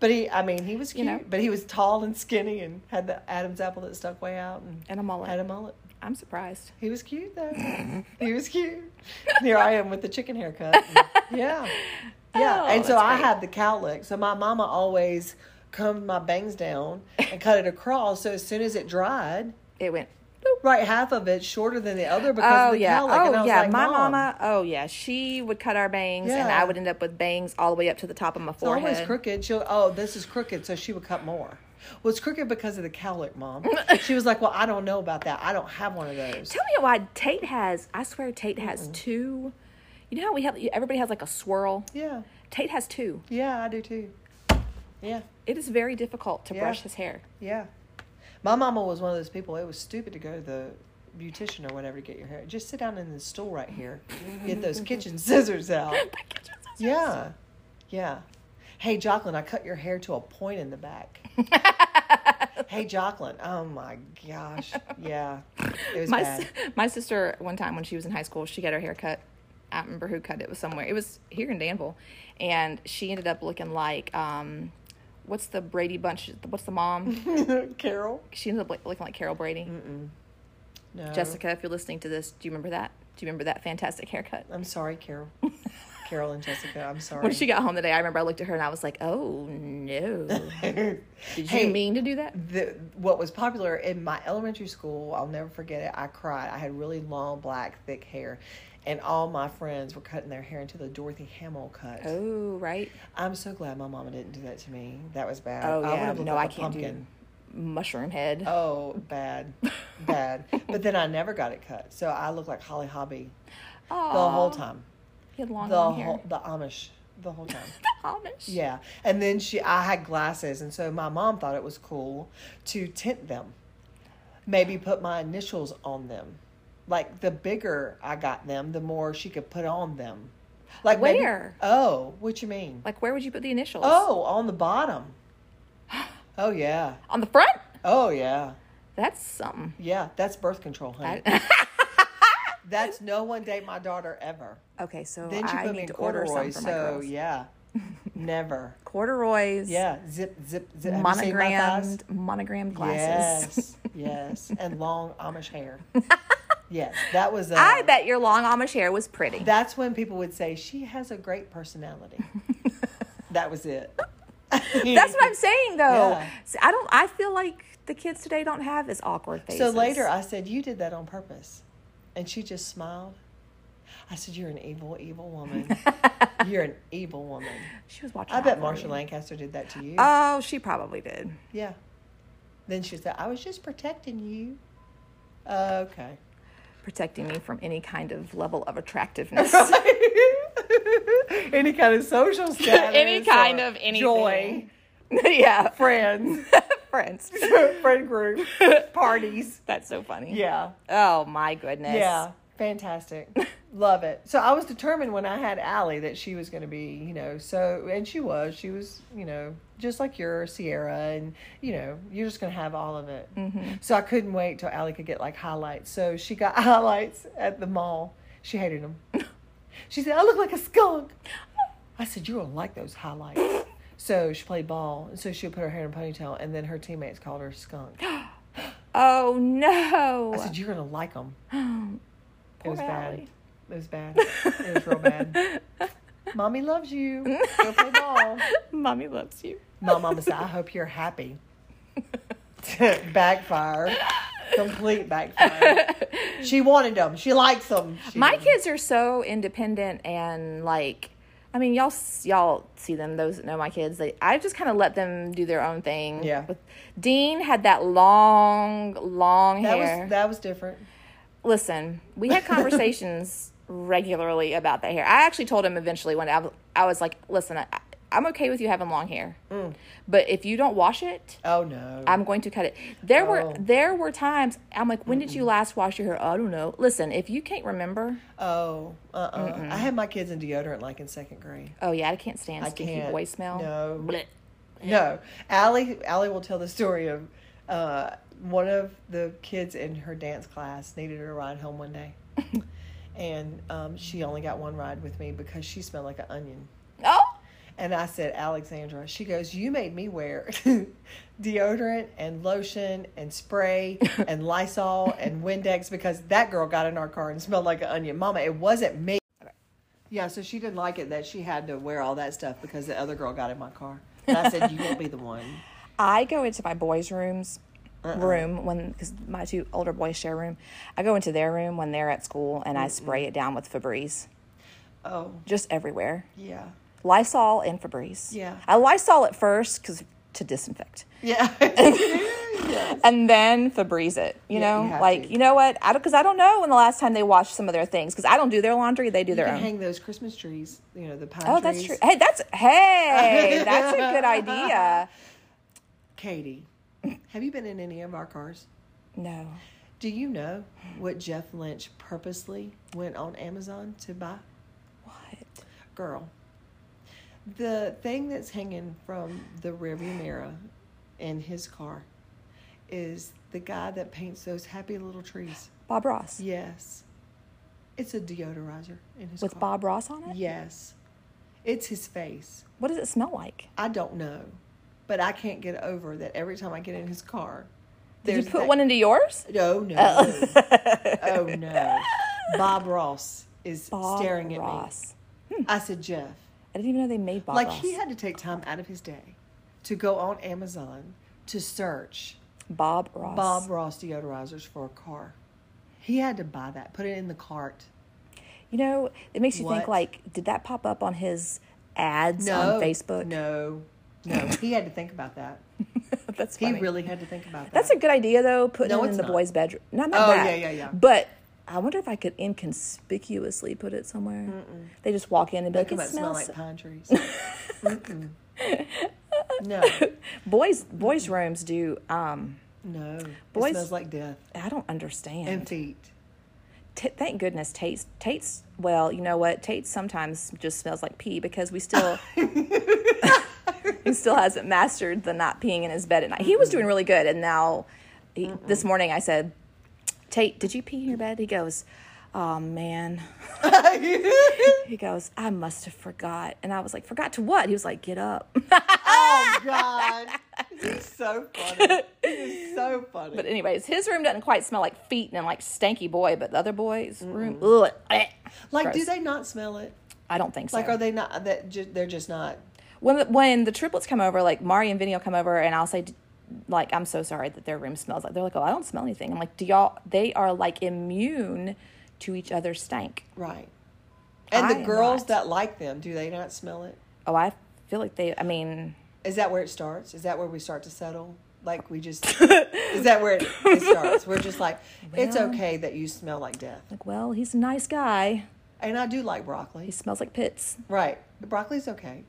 But he, I mean, he was You cute. know. But he was tall and skinny and had the Adam's apple that stuck way out and and a mullet. had a mullet. I'm surprised. He was cute though. he was cute. And Here I am with the chicken haircut. [laughs] yeah. Yeah. Oh, and that's so I great. had the cowlick. So my mama always combed my bangs down and cut it across. So as soon as it dried, It went. right half of it shorter than the other because Oh of the yeah. cowlick. and I Oh was yeah. like, my Mom, mama. Oh yeah. She would cut our bangs, and Yeah. I would end up with bangs all the way up to the top of my It's forehead. always crooked. She'll oh, this is crooked, so she would cut more. Well, it's crooked because of the [laughs] cowlick, mom. she was like, Well, I don't know about that. I don't have one of those. Tell me why Tate has. I swear Tate has two. You know how we have everybody has like a swirl. Yeah. Tate has two. Yeah, I do too. Yeah. It is very difficult to Yeah. brush his hair. [laughs] Yeah. My mama was one of those people. It was stupid to go to the beautician or whatever to get your hair. Just sit down in the stool right here. [laughs] Get those kitchen scissors out. My kitchen scissors. Yeah. [laughs] Yeah. Hey, Jocelyn, I cut your hair to a point in the back. Hey, Jocelyn. Oh my gosh. Yeah. It was my bad. s- my sister one time when she was in high school she got her hair cut i don't remember who cut it it was somewhere it was here in danville and she ended up looking like um what's the brady bunch what's the [laughs] mom Carol? she ended up look- looking like carol brady No. jessica if you're listening to this do you remember that do you remember that fantastic haircut I'm sorry, Carol. Carol and Jessica. I'm sorry. [laughs] when she got home today i remember i looked at her and i was like oh no did Hey. you mean to do that the what was popular in my elementary school i'll never forget it i cried i had really long black thick hair and all my friends were cutting their hair into the dorothy hamill cut oh right i'm so glad my mama didn't do that to me that was bad oh I yeah would've looked no like i a can't pumpkin. do mushroom head oh [laughs] bad bad but then i never got it cut so i looked like holly hobby the Aw. whole time He had long, the long hair. whole the amish the whole time Amish. Yeah. And then she I had glasses and so my mom thought it was cool to tint them. Maybe put my initials on them. Like the bigger I got them, the more she could put on them. Like maybe- Where? oh, what you mean? Like, where would you put the initials? Oh, on the [gasps] bottom. Oh yeah. On the front? Oh yeah. That's something. Yeah, that's birth control, [laughs] honey. I- That's no one date my daughter ever. okay, so Then she I put need me in to order some corduroys, for my so girls. [laughs] yeah. Never. Corduroys. Yeah. Zip zip zip Have you seen my thighs? Monogrammed, monogrammed glasses. Yes, yes, and long Amish hair. [laughs] yes, that was. uh I bet your long Amish hair was pretty. That's when people would say she has a great personality. that was it. [laughs] [laughs] That's what I'm saying, though. Yeah. See, I don't. I feel like the kids today don't have as awkward faces. [laughs] So later, I said you did that on purpose, and she just smiled. I said, "You're an evil, evil woman. [laughs] You're an evil woman." she was watching. I bet out for Marsha you. Lancaster did that to you. Oh, she probably did. yeah. Then she said, "I was just protecting you." Okay. Protecting me from any kind of level [laughs] of attractiveness. any kind of social status, [laughs] any kind or of anything. joy, [laughs] [laughs] yeah. friends, [laughs] Friends. [laughs] friend group, parties. That's so funny. Yeah, Oh my goodness. yeah, fantastic. Love it. So I was determined when I had Allie that she was going to be, you know, so and she was. She was, you know, just like your Sierra, and you know, you're just going to have all of it. Mm-hmm. So I couldn't wait till Allie could get like highlights. So she got [laughs] highlights at the mall. She [laughs] hated them. She said, "I look like a skunk." I said, "You don't like those highlights." so she played ball, and so she would put her hair in a ponytail, and then her teammates called her skunk. Oh no. I said, "You're gonna [gasps] like them." it Poor was bad. Allie. It [laughs] was bad. [laughs] It was real bad. Mommy loves you. Go play ball. [laughs] Mommy loves you. My mama said, "I hope you're happy." [laughs] backfire. Complete backfire. She wanted them. She likes them. She My kids are so independent and like I mean y'all s- y'all see them those that know my kids they I just kind of let them do their own thing. Yeah. With, Dean had that long long that hair. was that was different. Listen, we had [laughs] conversations regularly about that hair. I actually told him eventually when I, I was like, "Listen, I, I'm okay with you having long hair, but if you don't wash it, Oh no. I'm going to cut it. There Oh. were there were times I'm like, when did you last wash your hair? I don't know. Listen, if you can't remember, Oh, uh, uh I had my kids in deodorant like in second grade. oh yeah, I can't stand I stinky can't. boy smell. No. Blech. No, Allie. Allie will tell the story of uh, one of the kids in her dance class needed a ride home one day, and um, she only got one ride with me because she smelled like an onion. Oh, And I said, Alexandra. She goes, You made me wear [laughs] deodorant and lotion and spray [laughs] and Lysol and Windex because that girl got in our car and smelled like an onion. Mama, it wasn't me. Yeah, so she didn't like it that she had to wear all that stuff because the other girl got in my car. And I said, You won't be [laughs] the one. I go into my boys' rooms room when because my two older boys share a room. I go into their room when they're at school and I spray it down with Febreze Oh, just everywhere. yeah. Lysol and Febreze. Yeah. I Lysol it first because to disinfect. Yeah. [laughs] and then Febreze it. You Yeah, know, you have like to. you know what? I don't because I don't know when the last time they washed some of their things because I don't do their laundry; they do you their can own. hang those Christmas trees, you know, the pine Oh, trees. that's true. Hey, that's [laughs] hey, that's a good idea. Katie, have you been in any of our cars? No, Do you know what Jeff Lynch purposely went on Amazon to buy? what? Girl, the thing that's hanging from the rearview mirror in his car is the guy that paints those happy little trees. Bob Ross. Yes. It's a deodorizer in his With car. Bob Ross on it? Yes. It's his face. What does it smell like? I don't know, but I can't get over that every time I get in his car. Did you there's put that- one into yours? No, no. [laughs] oh no. Bob Ross is Bob staring at Ross. me. I said, Jeff, I didn't even know they made Bob like Ross. he had to take time out of his day to go on Amazon to search Bob Ross. Bob Ross deodorizers for a car. He had to buy that, put it in the cart. You know, it makes you think What? like, did that pop up on his ads No, on Facebook? No, no. he had to think about that. [laughs] That's He funny. really had to think about that. That's a good idea though, putting No, it in it's the not. boy's bedroom. Not, Oh, not that. yeah, yeah, yeah. But I wonder if I could inconspicuously put it somewhere. They just walk in and be They like, come it out smell smells. like pine trees. [laughs] Mm-mm. No, boys, boys' rooms do. Um, no. Boys- it smells like death I don't understand. [laughs] and feet. [laughs] T- thank goodness Tate's Tate's well, you know what? Tate sometimes just smells like pee because we [laughs] still [laughs] he still hasn't mastered the not peeing in his bed at night. He was doing really good and now he, this morning I said, "Tate, did you pee in your bed?" He goes, "Oh man." He goes, "I must have forgot." And I was like, "Forgot to what?" He was like, "Get up." [laughs] oh God, he's so funny. He's so funny. But anyways, his room doesn't quite smell like feet and like stanky boy, but the other boy's room, ugh, eh. like, do gross. they not smell it? I don't think so. Like, are they not? That ju- they're just not. when the, when the triplets come over, like Mari and Vinny will come over, and I'll say, like, I'm so sorry that their room smells like. They're like, oh, I don't smell anything. I'm like, do y'all? They are like immune to each other's stank. Right. And I the am girls not. that like them, do they not smell it? Oh, I feel like they. I mean, Is that where it starts? Is that where we start to settle? Like we just is that where it, it starts? We're just like, it's okay that you smell like death. like, well, he's a nice guy. And I do like He broccoli. smells like pits. Right. Broccoli's okay.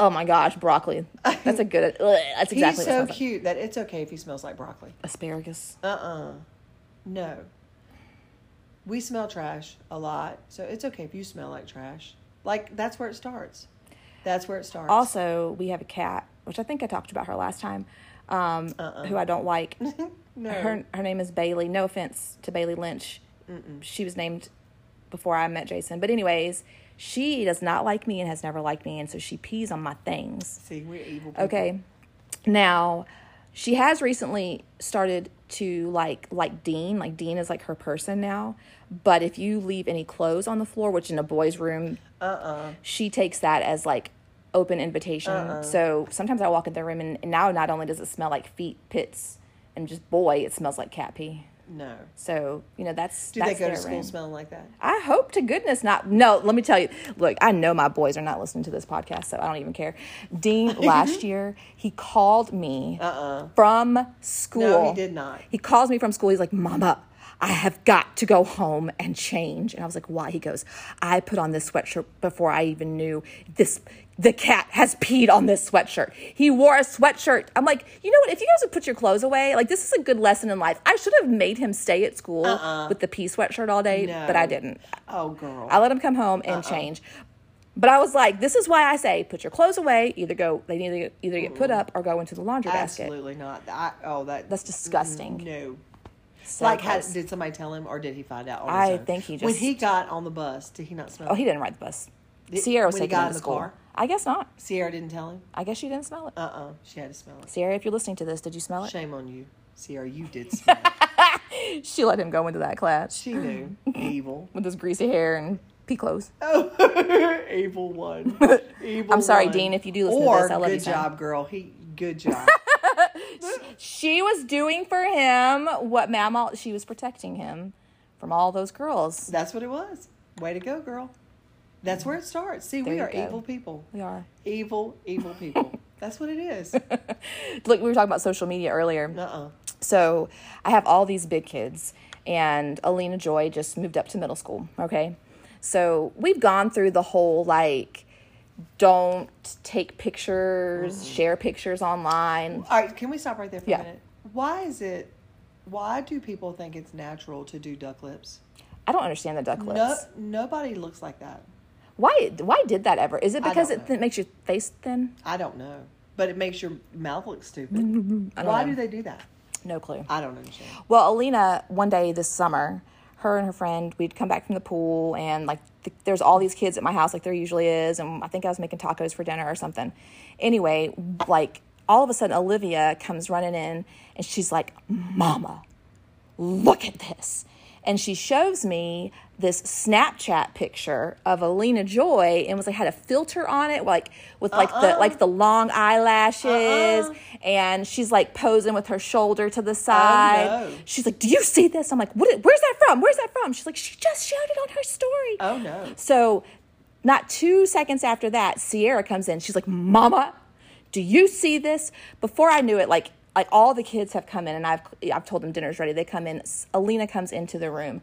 Oh my gosh, broccoli. That's a good. ugh, that's exactly He's what it so smells like. cute that it's okay if he smells like broccoli. Asparagus. Uh uh No. We smell trash a lot, so it's okay if you smell like trash. Like that's where it starts. That's where it starts. Also, we have a cat, which I think I talked about her last time, um, who I don't like. no. Her her name is Bailey. No offense to Bailey Lynch. She was named before I met Jason. But anyways, she does not like me and has never liked me, and so she pees on my things. See, we're evil. people. Okay. Now, she has recently started to like like Dean. Like Dean is like her person now. But if you leave any clothes on the floor, which in a boy's room, uh-uh. she takes that as like open invitation. Uh-uh. So sometimes I walk in their room and, and now not only does it smell like feet, pits, and just boy, it smells like cat pee. No. So you know that's Do that's they go their to school room. smelling like that? I hope to goodness not. No, let me tell you. Look, I know my boys are not listening to this podcast, so I don't even care. [laughs] Dean last year, he called me from school. Uh-uh. No, he did not. He calls me from school. He's like, "Mama, I have got to go home and change." And I was like, "Why?" He goes, "I put on this sweatshirt before I even knew this. The cat has peed on this sweatshirt. He wore a sweatshirt." I'm like, "You know what? If you guys would put your clothes away, like this is a good lesson in life. I should have made him stay at school with the pee sweatshirt all day, but I Uh-uh. No. Uh-uh. didn't. Oh girl. I let him come home and change. But I was like, this is why I say put your clothes away. Either go, they need to either get put up or go into the laundry basket. Absolutely not. I, oh, that That's disgusting. no. So Mm-hmm. Like, how, gross. did somebody tell him, or did he find out? On I his own? think he when just- he got on the bus, did he not smell? oh, it? he didn't ride the bus. Sierra was when he taking got him in to the school. car? I guess not. Sierra didn't tell him. I guess she didn't smell it. Uh uh she had to smell it. Sierra, if you're listening to this, did you smell it? Shame on you, Sierra. You did smell. it. She let him go into that class [laughs] She knew evil. with his greasy hair and pee clothes. Oh, [laughs] evil one. [laughs] Evil. I'm sorry, one. Dean, if you do listen to or, this, I love you, good son. job, girl. He [laughs] good job. She was doing for him what Mama. She was protecting him from all those girls. That's what it was. Way to go, girl. That's where it starts. See, we you are go. evil people. We are. Evil, evil [laughs] people. That's what it is. Look, we were talking about social media earlier. Uh-uh. So I have all these big kids, and Alina Joy just moved up to middle school. Okay. So we've gone through the whole like, don't take pictures, Mm. share pictures online. All right, can we stop right there for Yeah. a minute? Why is it? Why do people think it's natural to do duck lips? I don't understand the duck lips. No, nobody looks like that. Why? Why did that ever? Is it I because don't it th- makes your face thin? [laughs] I don't know, but it makes your mouth look stupid. Why do they do that? No clue. I don't understand. Well, Alina, one day this summer, her and her friend, we'd come back from the pool, and like th- there's all these kids at my house, like there usually is. And I think I was making tacos for dinner or something. Anyway, like all of a sudden, Olivia comes running in, and she's like, "Mama, look at this." And she shows me this Snapchat picture of Alina Joy and was like had a filter on it like with like the like the long eyelashes and she's like posing with her shoulder to the side. no. She's like, "Do you see this?" I'm like, what, "Where's that from? Where's that from?" She's like, "She just showed it on her story." Oh, no. So, not two seconds after that, Sierra comes in. She's like, "Mama, do you see this?" Before I knew it, like like all the kids have come in, and I've I've told them dinner's ready. They come in. S- Alina comes into the room.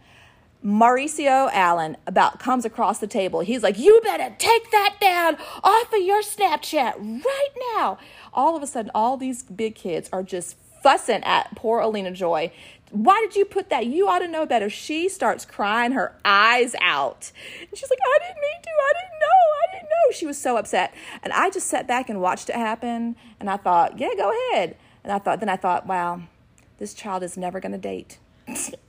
Mauricio Allen about comes across the table. He's like, "You better take that down off of your Snapchat right now." All of a sudden, all these big kids are just fussing at poor Alina Joy. Why did you put that? You ought to know better. She starts crying her eyes out. And she's like, I didn't mean to. I didn't know. I didn't know. She was so upset. And I just sat back and watched it happen. And I thought, yeah, go ahead. And I thought, then I thought, wow, this child is never going to date.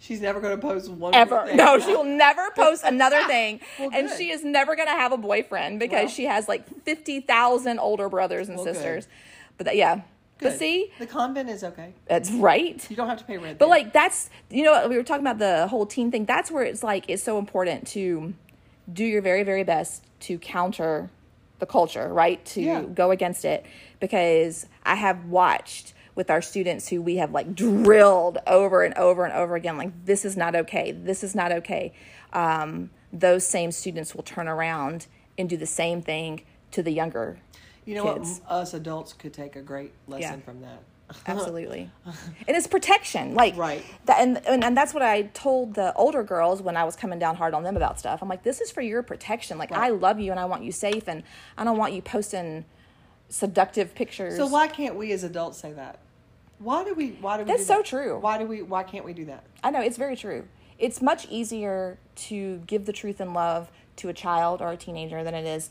She's never going to post one Ever. thing. No, she will never [laughs] post another thing. Well, and good. she is never going to have a boyfriend because Well. she has like 50,000 older brothers and Well, good. sisters. But that, yeah. But Good. see, the convent is okay. that's right. You don't have to pay rent. But like that's you know we were talking about the whole teen thing. That's where it's like it's so important to do your very very best to counter the culture, right? To Yeah. go against it because I have watched with our students who we have like drilled over and over and over again like this is not okay. This is not okay. Um, those same students will turn around and do the same thing to the younger. you know kids. what? Us adults could take a great lesson Yeah. from that. [laughs] Absolutely. and it's protection. Like Uh-huh. Right. that and, and and that's what I told the older girls when I was coming down hard on them about stuff. I'm like, this is for your protection. Like I love you and I want you safe and I don't want you posting seductive pictures. So why can't we as adults say that? Why do we? Why do we? That's do so that? true. Why do we? Why can't we do that? I know it's very true. It's much easier to give the truth and love to a child or a teenager than it is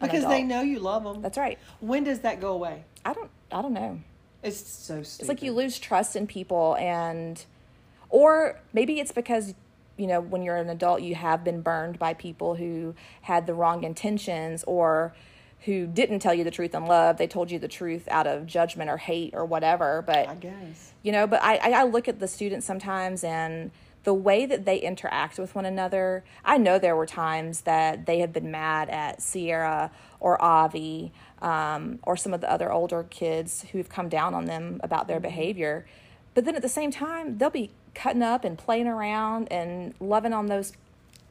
an Because they adult. know you love them. That's right. When does that go away? I don't I don't know. It's so stupid. It's like you lose trust in people, and or maybe it's because you know when you're an adult, you have been burned by people who had the wrong intentions or who didn't tell you the truth in love. They told you the truth out of judgment or hate or whatever. But I guess. you know, but I I I look at the students sometimes and the way that they interact with one another. I know there were times that they have been mad at Sierra or Avi um, or some of the other older kids who've come down on them about Mm-hmm. their behavior. But then at the same time, they'll be cutting up and playing around and loving on those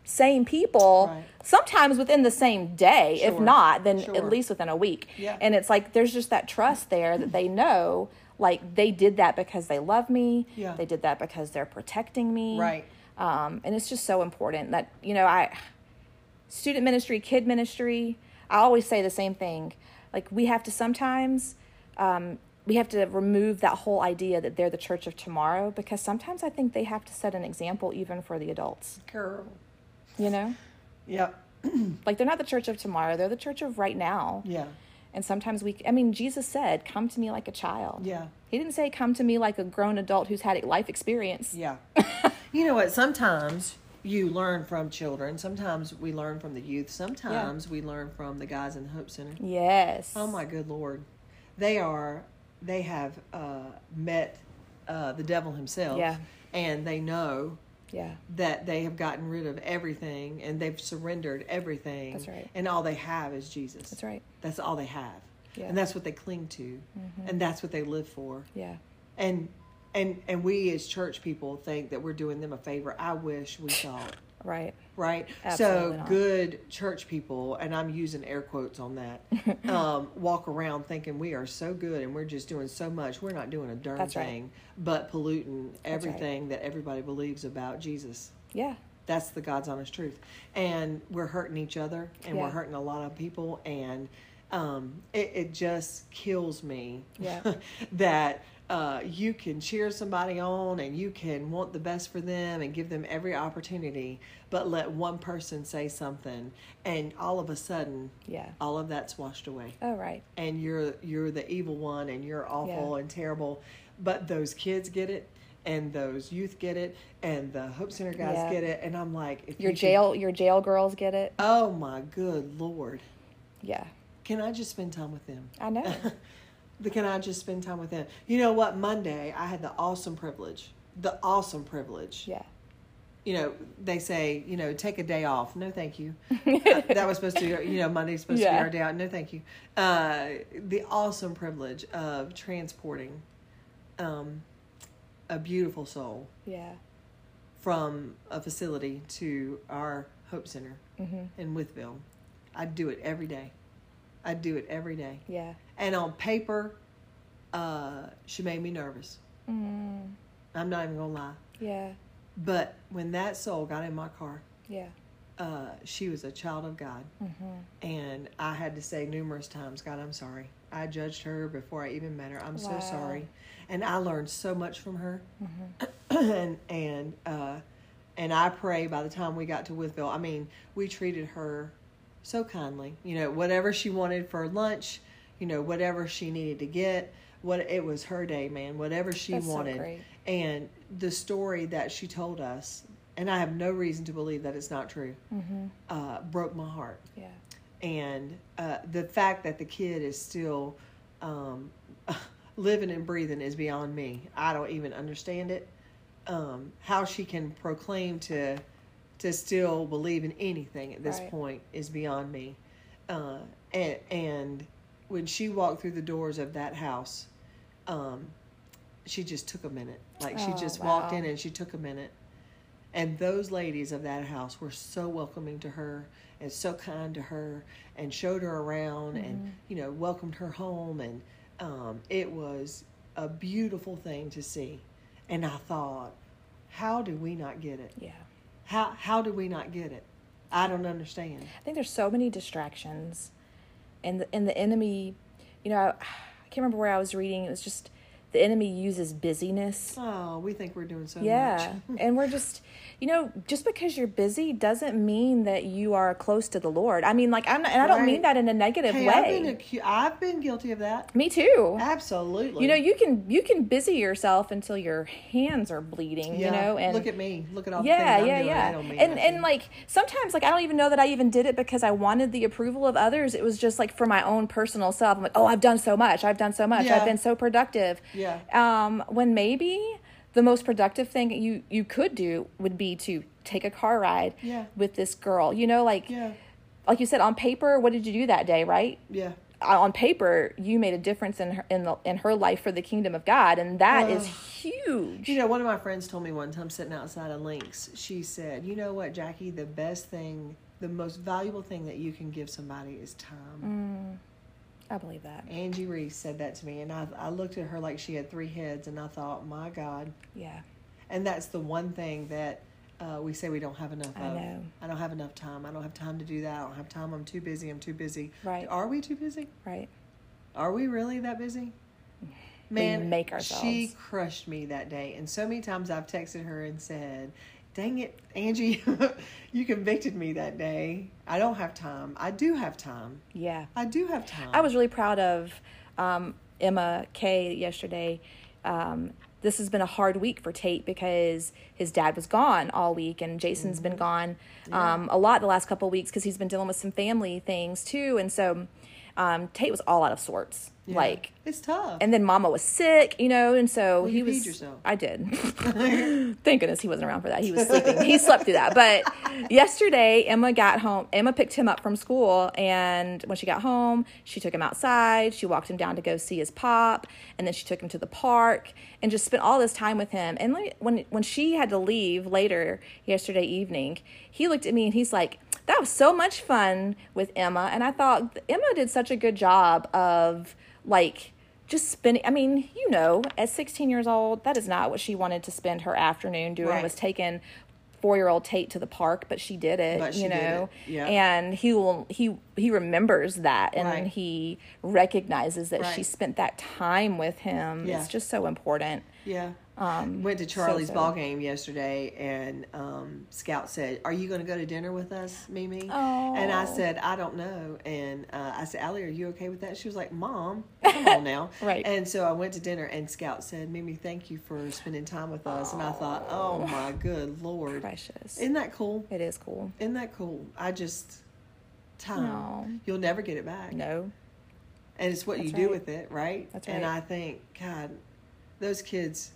same people Right. sometimes within the same day if Sure. not then Sure. at least within a week Yeah. and it's like there's just that trust there that they know like they did that because they love me. Yeah. They did that because they're protecting me. Right. Um, and it's just so important that you know I student ministry, kid ministry. I always say the same thing. Like we have to sometimes um, we have to remove that whole idea that they're the church of tomorrow because sometimes I think they have to set an example even for the adults. Girl. You know, Yeah. like they're not the church of tomorrow; they're the church of right now. Yeah. And sometimes we, I mean, Jesus said, "Come to me like a child." Yeah. He didn't say, "Come to me like a grown adult who's had a life experience." [laughs] Yeah. you know what? Sometimes you learn from children. Sometimes we learn from the youth. Sometimes we learn from the guys in the Hope Center. Yes. Oh my good lord, they are. They have uh, met uh, the devil himself. Yeah. And they know Yeah. that they have gotten rid of everything and they've surrendered everything. That's right. And all they have is Jesus. That's right. That's all they have. Yeah. Mm-hmm. And that's what they cling to. And that's what they live for. Yeah. And and and we as church people think that we're doing them a favor. I wish we thought Right. right? Absolutely so not. good church people, and I'm using air quotes [laughs] on that, um, walk around thinking we are so good and we're just doing so much. We're not doing a darn That's right. thing, but polluting That's right. everything that everybody believes about Jesus. Yeah. That's the God's honest truth, and we're hurting each other, and Yeah. we're hurting a lot of people, and um, it, it just kills me Yeah. [laughs] that uh, you can cheer somebody on and you can want the best for them and give them every opportunity, but let one person say something, and all of a sudden, Yeah. all of that's washed away, Oh, right. and you're you're the evil one, and you're awful Yeah. and terrible. but those kids get it, and those youth get it, and the Hope Center guys Yeah. get it, and I'm like, if Your you can- jail, your jail girls get it. oh my good lord, Yeah, can I just spend time with them? [laughs] I know. The- Can I just spend time with them? You know what? Monday, I had the awesome privilege. The awesome privilege. Yeah, You know, they say, you know, take a day off. No, thank you. Uh, that was supposed to, be, you know, Monday's supposed to be Yeah. our day out. No, thank you. Uh, the awesome privilege of transporting um, a beautiful soul yeah, from a facility to our Hope Center hmm in Withville. I do it every day. I do it every day. yeah. And on paper, uh, she made me nervous. Mm, I'm not even gonna lie. yeah, But when that soul got in my car, yeah. uh, she was a child of God, Mm-hmm. and I had to say numerous times, "God, I'm sorry. I judged her before I even met her. I'm so Wow. sorry." And I learned so much from her, Mm-hmm. [clears throat] and and uh, and I pray by the time we got to Withville, I mean, we treated her so kindly. You know, whatever she wanted for lunch, you know, whatever she needed to get, what it was her day, man. Whatever she That's so wanted, great. and the story that she told us, and I have no reason to believe that it's not true, Mm-hmm. uh, broke my heart Yeah, and uh, the fact that the kid is still um, [laughs] living and breathing is beyond me. I don't even understand it. Um, how she can proclaim to to still believe in anything at this Right. point is beyond me. Uh, and and when she walked through the doors of that house, um, she just took a minute. Like she Oh, just wow. walked in and she took a minute. And those ladies of that house were so welcoming to her and so kind to her and showed her around Mm-hmm. and, you know, welcomed her home. And um, it was a beautiful thing to see. And I thought, how do we not get it? yeah. How, how do we not get it? I don't understand. I think there's so many distractions, and the, and the enemy, you know, I, I can't remember where I was reading. It was just the enemy uses busyness. Oh, we think we're doing so Yeah, much. [laughs] and we're just, you know, just because you're busy doesn't mean that you are close to the Lord. I mean, like I'm, not, and I don't mean Right. that in a negative Hey, way. I've been, acu- I've been guilty of that. Me too. Absolutely. You know, you can you can busy yourself until your hands are bleeding. You know, and look at me. Look at all the yeah, things I'm yeah, doing. yeah. They don't mean and nothing. and like sometimes, like I don't even know that I even did it because I wanted the approval of others. It was just like for my own personal self. I'm like, oh, I've done so much. I've done so much. Yeah. I've been so productive. Yeah. Um, when maybe the most productive thing you you could do would be to take a car ride Yeah. with this girl. You know, like yeah, like you said on paper, what did you do that day, right? Uh, yeah. on paper you made a difference in her in, the, in her life for the kingdom of god and that is You huge know, one of my friends told me one time sitting outside of Lynx, she said, You know what, Jackie, the best thing, the most valuable thing that you can give somebody is Mm. time. i believe that Angie Reese said that to me, and I, I looked at her like she had three heads, and I thought, My God. yeah And that's the one thing that uh, we say we don't have enough I of. know. I don't have enough time. I don't have time to do that. I don't have time. I'm too busy. I'm too busy. Right. Are we too busy? right Are we really that busy? make She ourselves. crushed me that day, and so many times I've texted her and said, "Dang it, Angie, [laughs] you convicted me that day. I don't have time. I do have time. yeah I do have time. i was really proud of um, emma kay yesterday um, this has been a hard week for tate because his dad was gone all week and jason's been gone um, a lot the last couple of weeks because he's been dealing with some family things too and so um, tate was all out of sorts Yeah. like it's tough. and then mama was sick, you know, and so Well, he you was. peed yourself. I did. [laughs] [laughs] Thank goodness he wasn't around for that. He was sleeping. he slept through that. But yesterday, Emma got home. Emma picked him up from school, and when she got home, she took him outside. She walked him down to go see his pop, and then she took him to the park and just spent all this time with him. And like, when when she had to leave later yesterday evening, he looked at me and he's like. That was so much fun with Emma, and I thought Emma did such a good job of like just spending i mean you know at 16 years old that is not what she wanted to spend her afternoon doing Right. was taking four-year-old tate to the park but she did it But she you did know it, yeah. and he will he he remembers that and Right. he recognizes that she Right. spent that time with him Yeah. it's just so important yeah, Um, Went to Charlie's so- ball game yesterday, and um, Scout said, "Are you going to go to dinner with us, Mimi?" And I Oh. said, "I don't know." And uh, I said, "Allie, are you okay with that?" She was like, [laughs] "Mom, come on now." Right. And so I went to dinner, and Scout said, "Mimi, thank you for spending time with us." And I thought, "Oh my good lord, precious. isn't that cool? it is cool. Isn't that cool?" I just time. No. You'll never get it back No. and it's what you That's do right. with it, right? That's And right. I think, God, those kids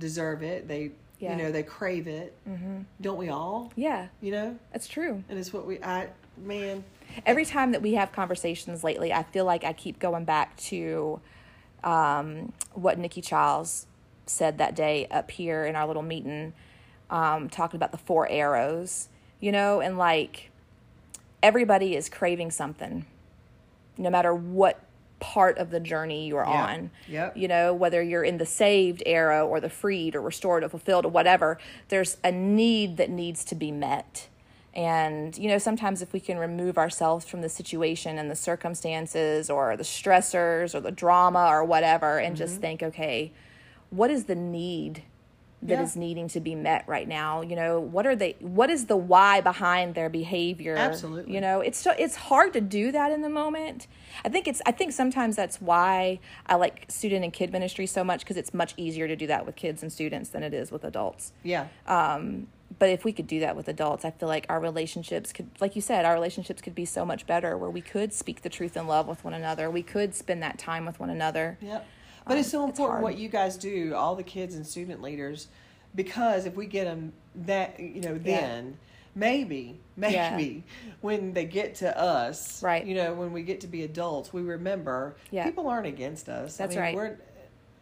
deserve it. They, Yeah. you know, they crave it. Mm-hmm. Don't we all? Yeah, You know, that's true. and it's what we. I man, Every time that we have conversations lately, I feel like I keep going back to um, what Nikki Childs said that day up here in our little meeting, um, talking about the four arrows, you know, and like everybody is craving something, no matter what part of the journey you're Yeah. on. Yep. You know, whether you're in the saved era or the freed or restored or fulfilled or whatever, there's a need that needs to be met. And, you know, sometimes if we can remove ourselves from the situation and the circumstances or the stressors or the drama or whatever and Mm-hmm. just think, okay, what is the need that is Yeah. needing to be met right now? You know, what are they, what is the why behind their behavior? Absolutely. You know, know it's so it's hard to do that in the moment i think it's i think sometimes that's why i like student and kid ministry so much because it's much easier to do that with kids and students than it is with adults yeah, Uh, but if we could do that with adults i feel like our relationships could like you said our relationships could be so much better where we could speak the truth in love with one another we could spend that time with one another yep. But it's so important hard. what you guys do, all the kids and student leaders, because if we get them that, you know, then. Maybe, Yeah. maybe when they get to us, Right. You know, when we get to be adults, we remember Yeah. people aren't against us. That's I mean, right. We're,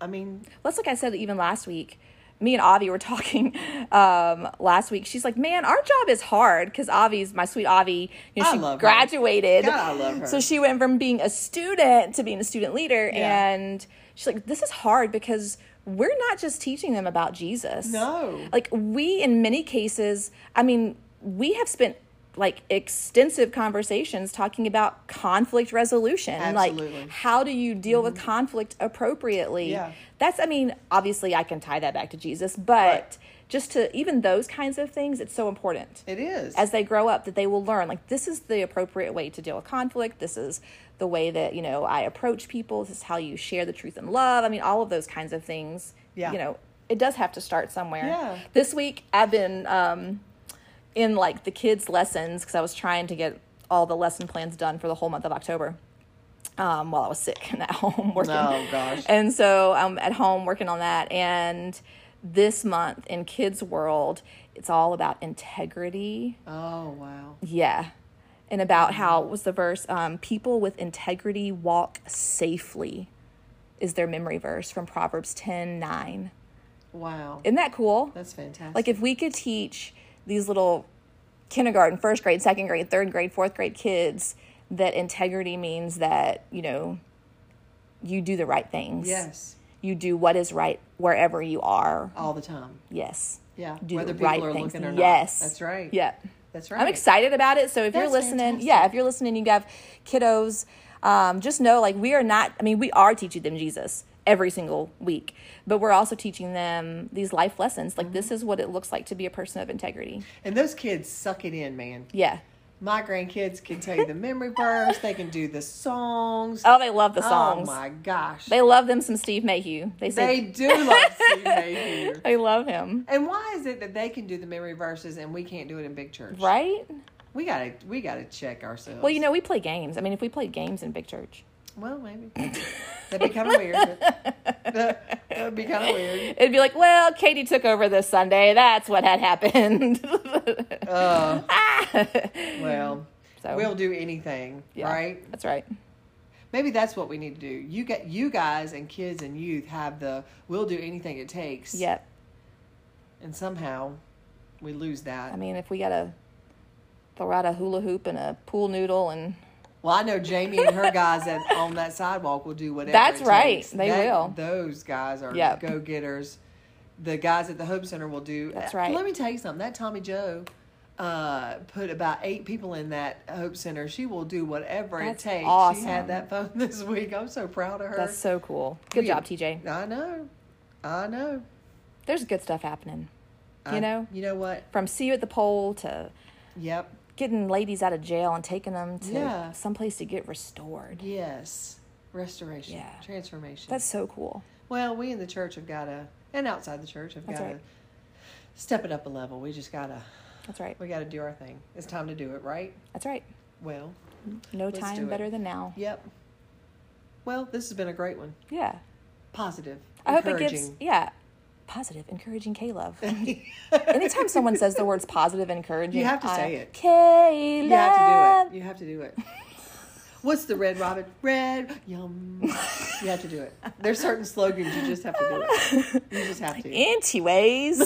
I mean, Let's like I said even last week, me and Avi were [laughs] talking um, last week. She's like, "Man, our job is hard because Avi's my sweet Avi. You know, I she love her. graduated. God, I love her. So she went from being a student to being a student leader, Yeah. and she's like, "This is hard because we're not just teaching them about Jesus. No. like we in many cases, I mean, we have spent." like extensive conversations talking about conflict resolution like Absolutely. Mm-hmm. how do you deal with conflict appropriately Yeah. that's i mean obviously i can tie that back to jesus but Right. just to even those kinds of things it's so important It is. as they grow up that they will learn like this is the appropriate way to deal with conflict this is the way that you know i approach people this is how you share the truth and love i mean all of those kinds of things Yeah. you know it does have to start somewhere Yeah. this week i've been um in like the kids lessons because i was trying to get all the lesson plans done for the whole month of october um, while I was sick and at home [laughs] working. Oh, gosh. And so I'm at home working on that. And this month in Kids World, it's all about integrity. oh wow. Yeah. And about how what was the verse? Um, People with integrity walk safely is their memory verse from Proverbs 10 9. Wow. Isn't that cool? That's fantastic. Like if we could teach these little kindergarten, first grade, second grade, third grade, fourth grade kids that integrity means that, you know, you do the right things. yes, You do what is right wherever you are. all the time. Yes. Yeah. Do Whether the people right are things. looking or not. yes. That's right. Yeah. That's I'm right. excited about it. So if you're That's listening, fantastic. yeah, if you're listening, you have kiddos, um, just know like we are not, I mean, we are teaching them Jesus every single week, but we're also teaching them these life lessons. Like Mm-hmm. this is what it looks like to be a person of integrity. And those kids suck it in, man. Yeah. My grandkids can tell you the memory verse. They can do the songs. Oh, they love the Oh, songs. my gosh. They, They love them some Steve Mayhew. They say do love [laughs] Steve Mayhew. they love him. And why is it that they can do the memory verses and we can't do it in big church? Right? We gotta we gotta check ourselves. Well, you know, we play games. I mean, if we played games in big church, Well, maybe that'd be kind of weird. [laughs] but- that would be kind of weird. it'd be like, well, Katie took over this Sunday. That's what had happened. [laughs] Ah! Uh, [clears throat] well, So- we'll do anything, Yeah, right? That's right. Maybe that's what we need to do. You get you guys and kids and youth have the we'll do anything it takes. Yep. And somehow we lose that. I mean, if we got to throw out a hula hoop and a pool noodle, and well, I know Jamie and her [laughs] guys that on that sidewalk will do whatever. That's it right. takes. They That- will. Those guys are Yep. go getters. The guys at the Hope Center will do. uh, That's right. Let me tell you something. That Tommy Joe uh, put about eight people in that Hope Center. She will do whatever That's it takes. She awesome. had that phone [laughs] this week. I'm so proud of her. that's so cool. Good We- job, TJ. I know. I know. there's good stuff happening. You I- know, You know what? from see you at the pole to Yep. getting ladies out of jail and taking them to Yeah. someplace to get restored. Yes. Restoration. Yeah. Transformation. That's so cool. well, we in the church have got to, and outside the church have got That's to right. step it up a level. We just got to, That's right. we got to do our thing. It's time to do it, right? That's right. Well, No Let's do time it. better than now. yep. Well, this has been a great one. Yeah. Positive. I hope it gives encouraging. yeah. Positive, encouraging K love. [laughs] Anytime someone says the words positive, encouraging, You have to I- say it. K love. [laughs] You have to do it. You have to do it. What's the red robin? Red yum. You have to do it. There's certain slogans you just have to do it. You just have [laughs] to. Anyways,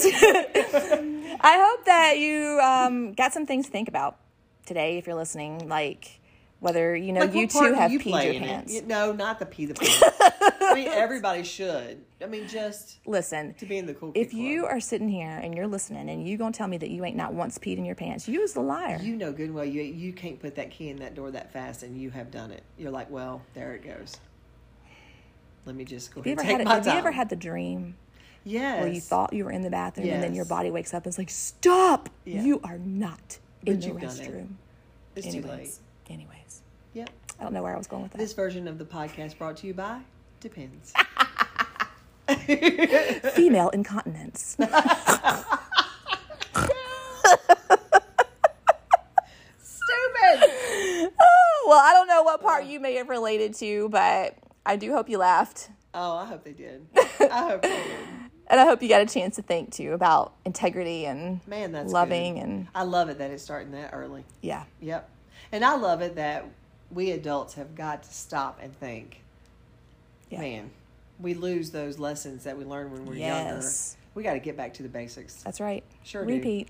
I hope that you um, got some things to think about today if you're listening. Like whether you know Like, you what part too do have you peed play your in it? pants. You- No, not the [laughs] pee the pants. I mean, everybody should. I mean, just Listen, to be in the cool. if kid you club. are sitting here and you're listening and you gonna tell me that you ain't not once peed in your pants, you is the liar. you know good and well you you can't put that key in that door that fast, and you have done it. You're like, well, there it goes. Let me just go have you ahead ever and had? A, take my have you time. ever had the dream yes. where you thought you were in the bathroom and then your Yes. body wakes up and is like, "Stop! Yeah. You are not in But the you've done it. restroom." it's too late? Anyways, anyways, Yep. I don't know where I was going with that. This version of the podcast brought to you by [laughs] Depends. [laughs] female [laughs] incontinence. Stupid. oh, well, I don't know what part you may have related to, but I do hope you laughed. Oh, I hope they did. I hope they did. And I hope you got a chance to think too about integrity and Man, that's loving good. and I love it that it's starting that early. yeah, Yep. And I love it that we adults have got to stop and think. Yeah. Man, we lose those lessons that we learned when we were Yes. younger. We got to get back to the basics. that's right. Sure do. Repeat.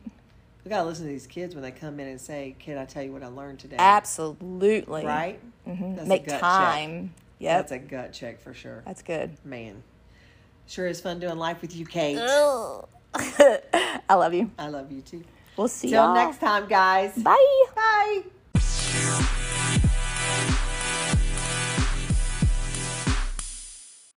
We got to listen to these kids when they come in and say, "Kid, I tell you what I learned today?" Absolutely. Right? That's a Mm-hmm. Make gut check. time. Yep. That's a gut check for sure. That's good. [laughs] Man, sure is fun doing life with you, Kate. I love you. I love you too. We'll see Till y'all next time, guys. Bye. Bye.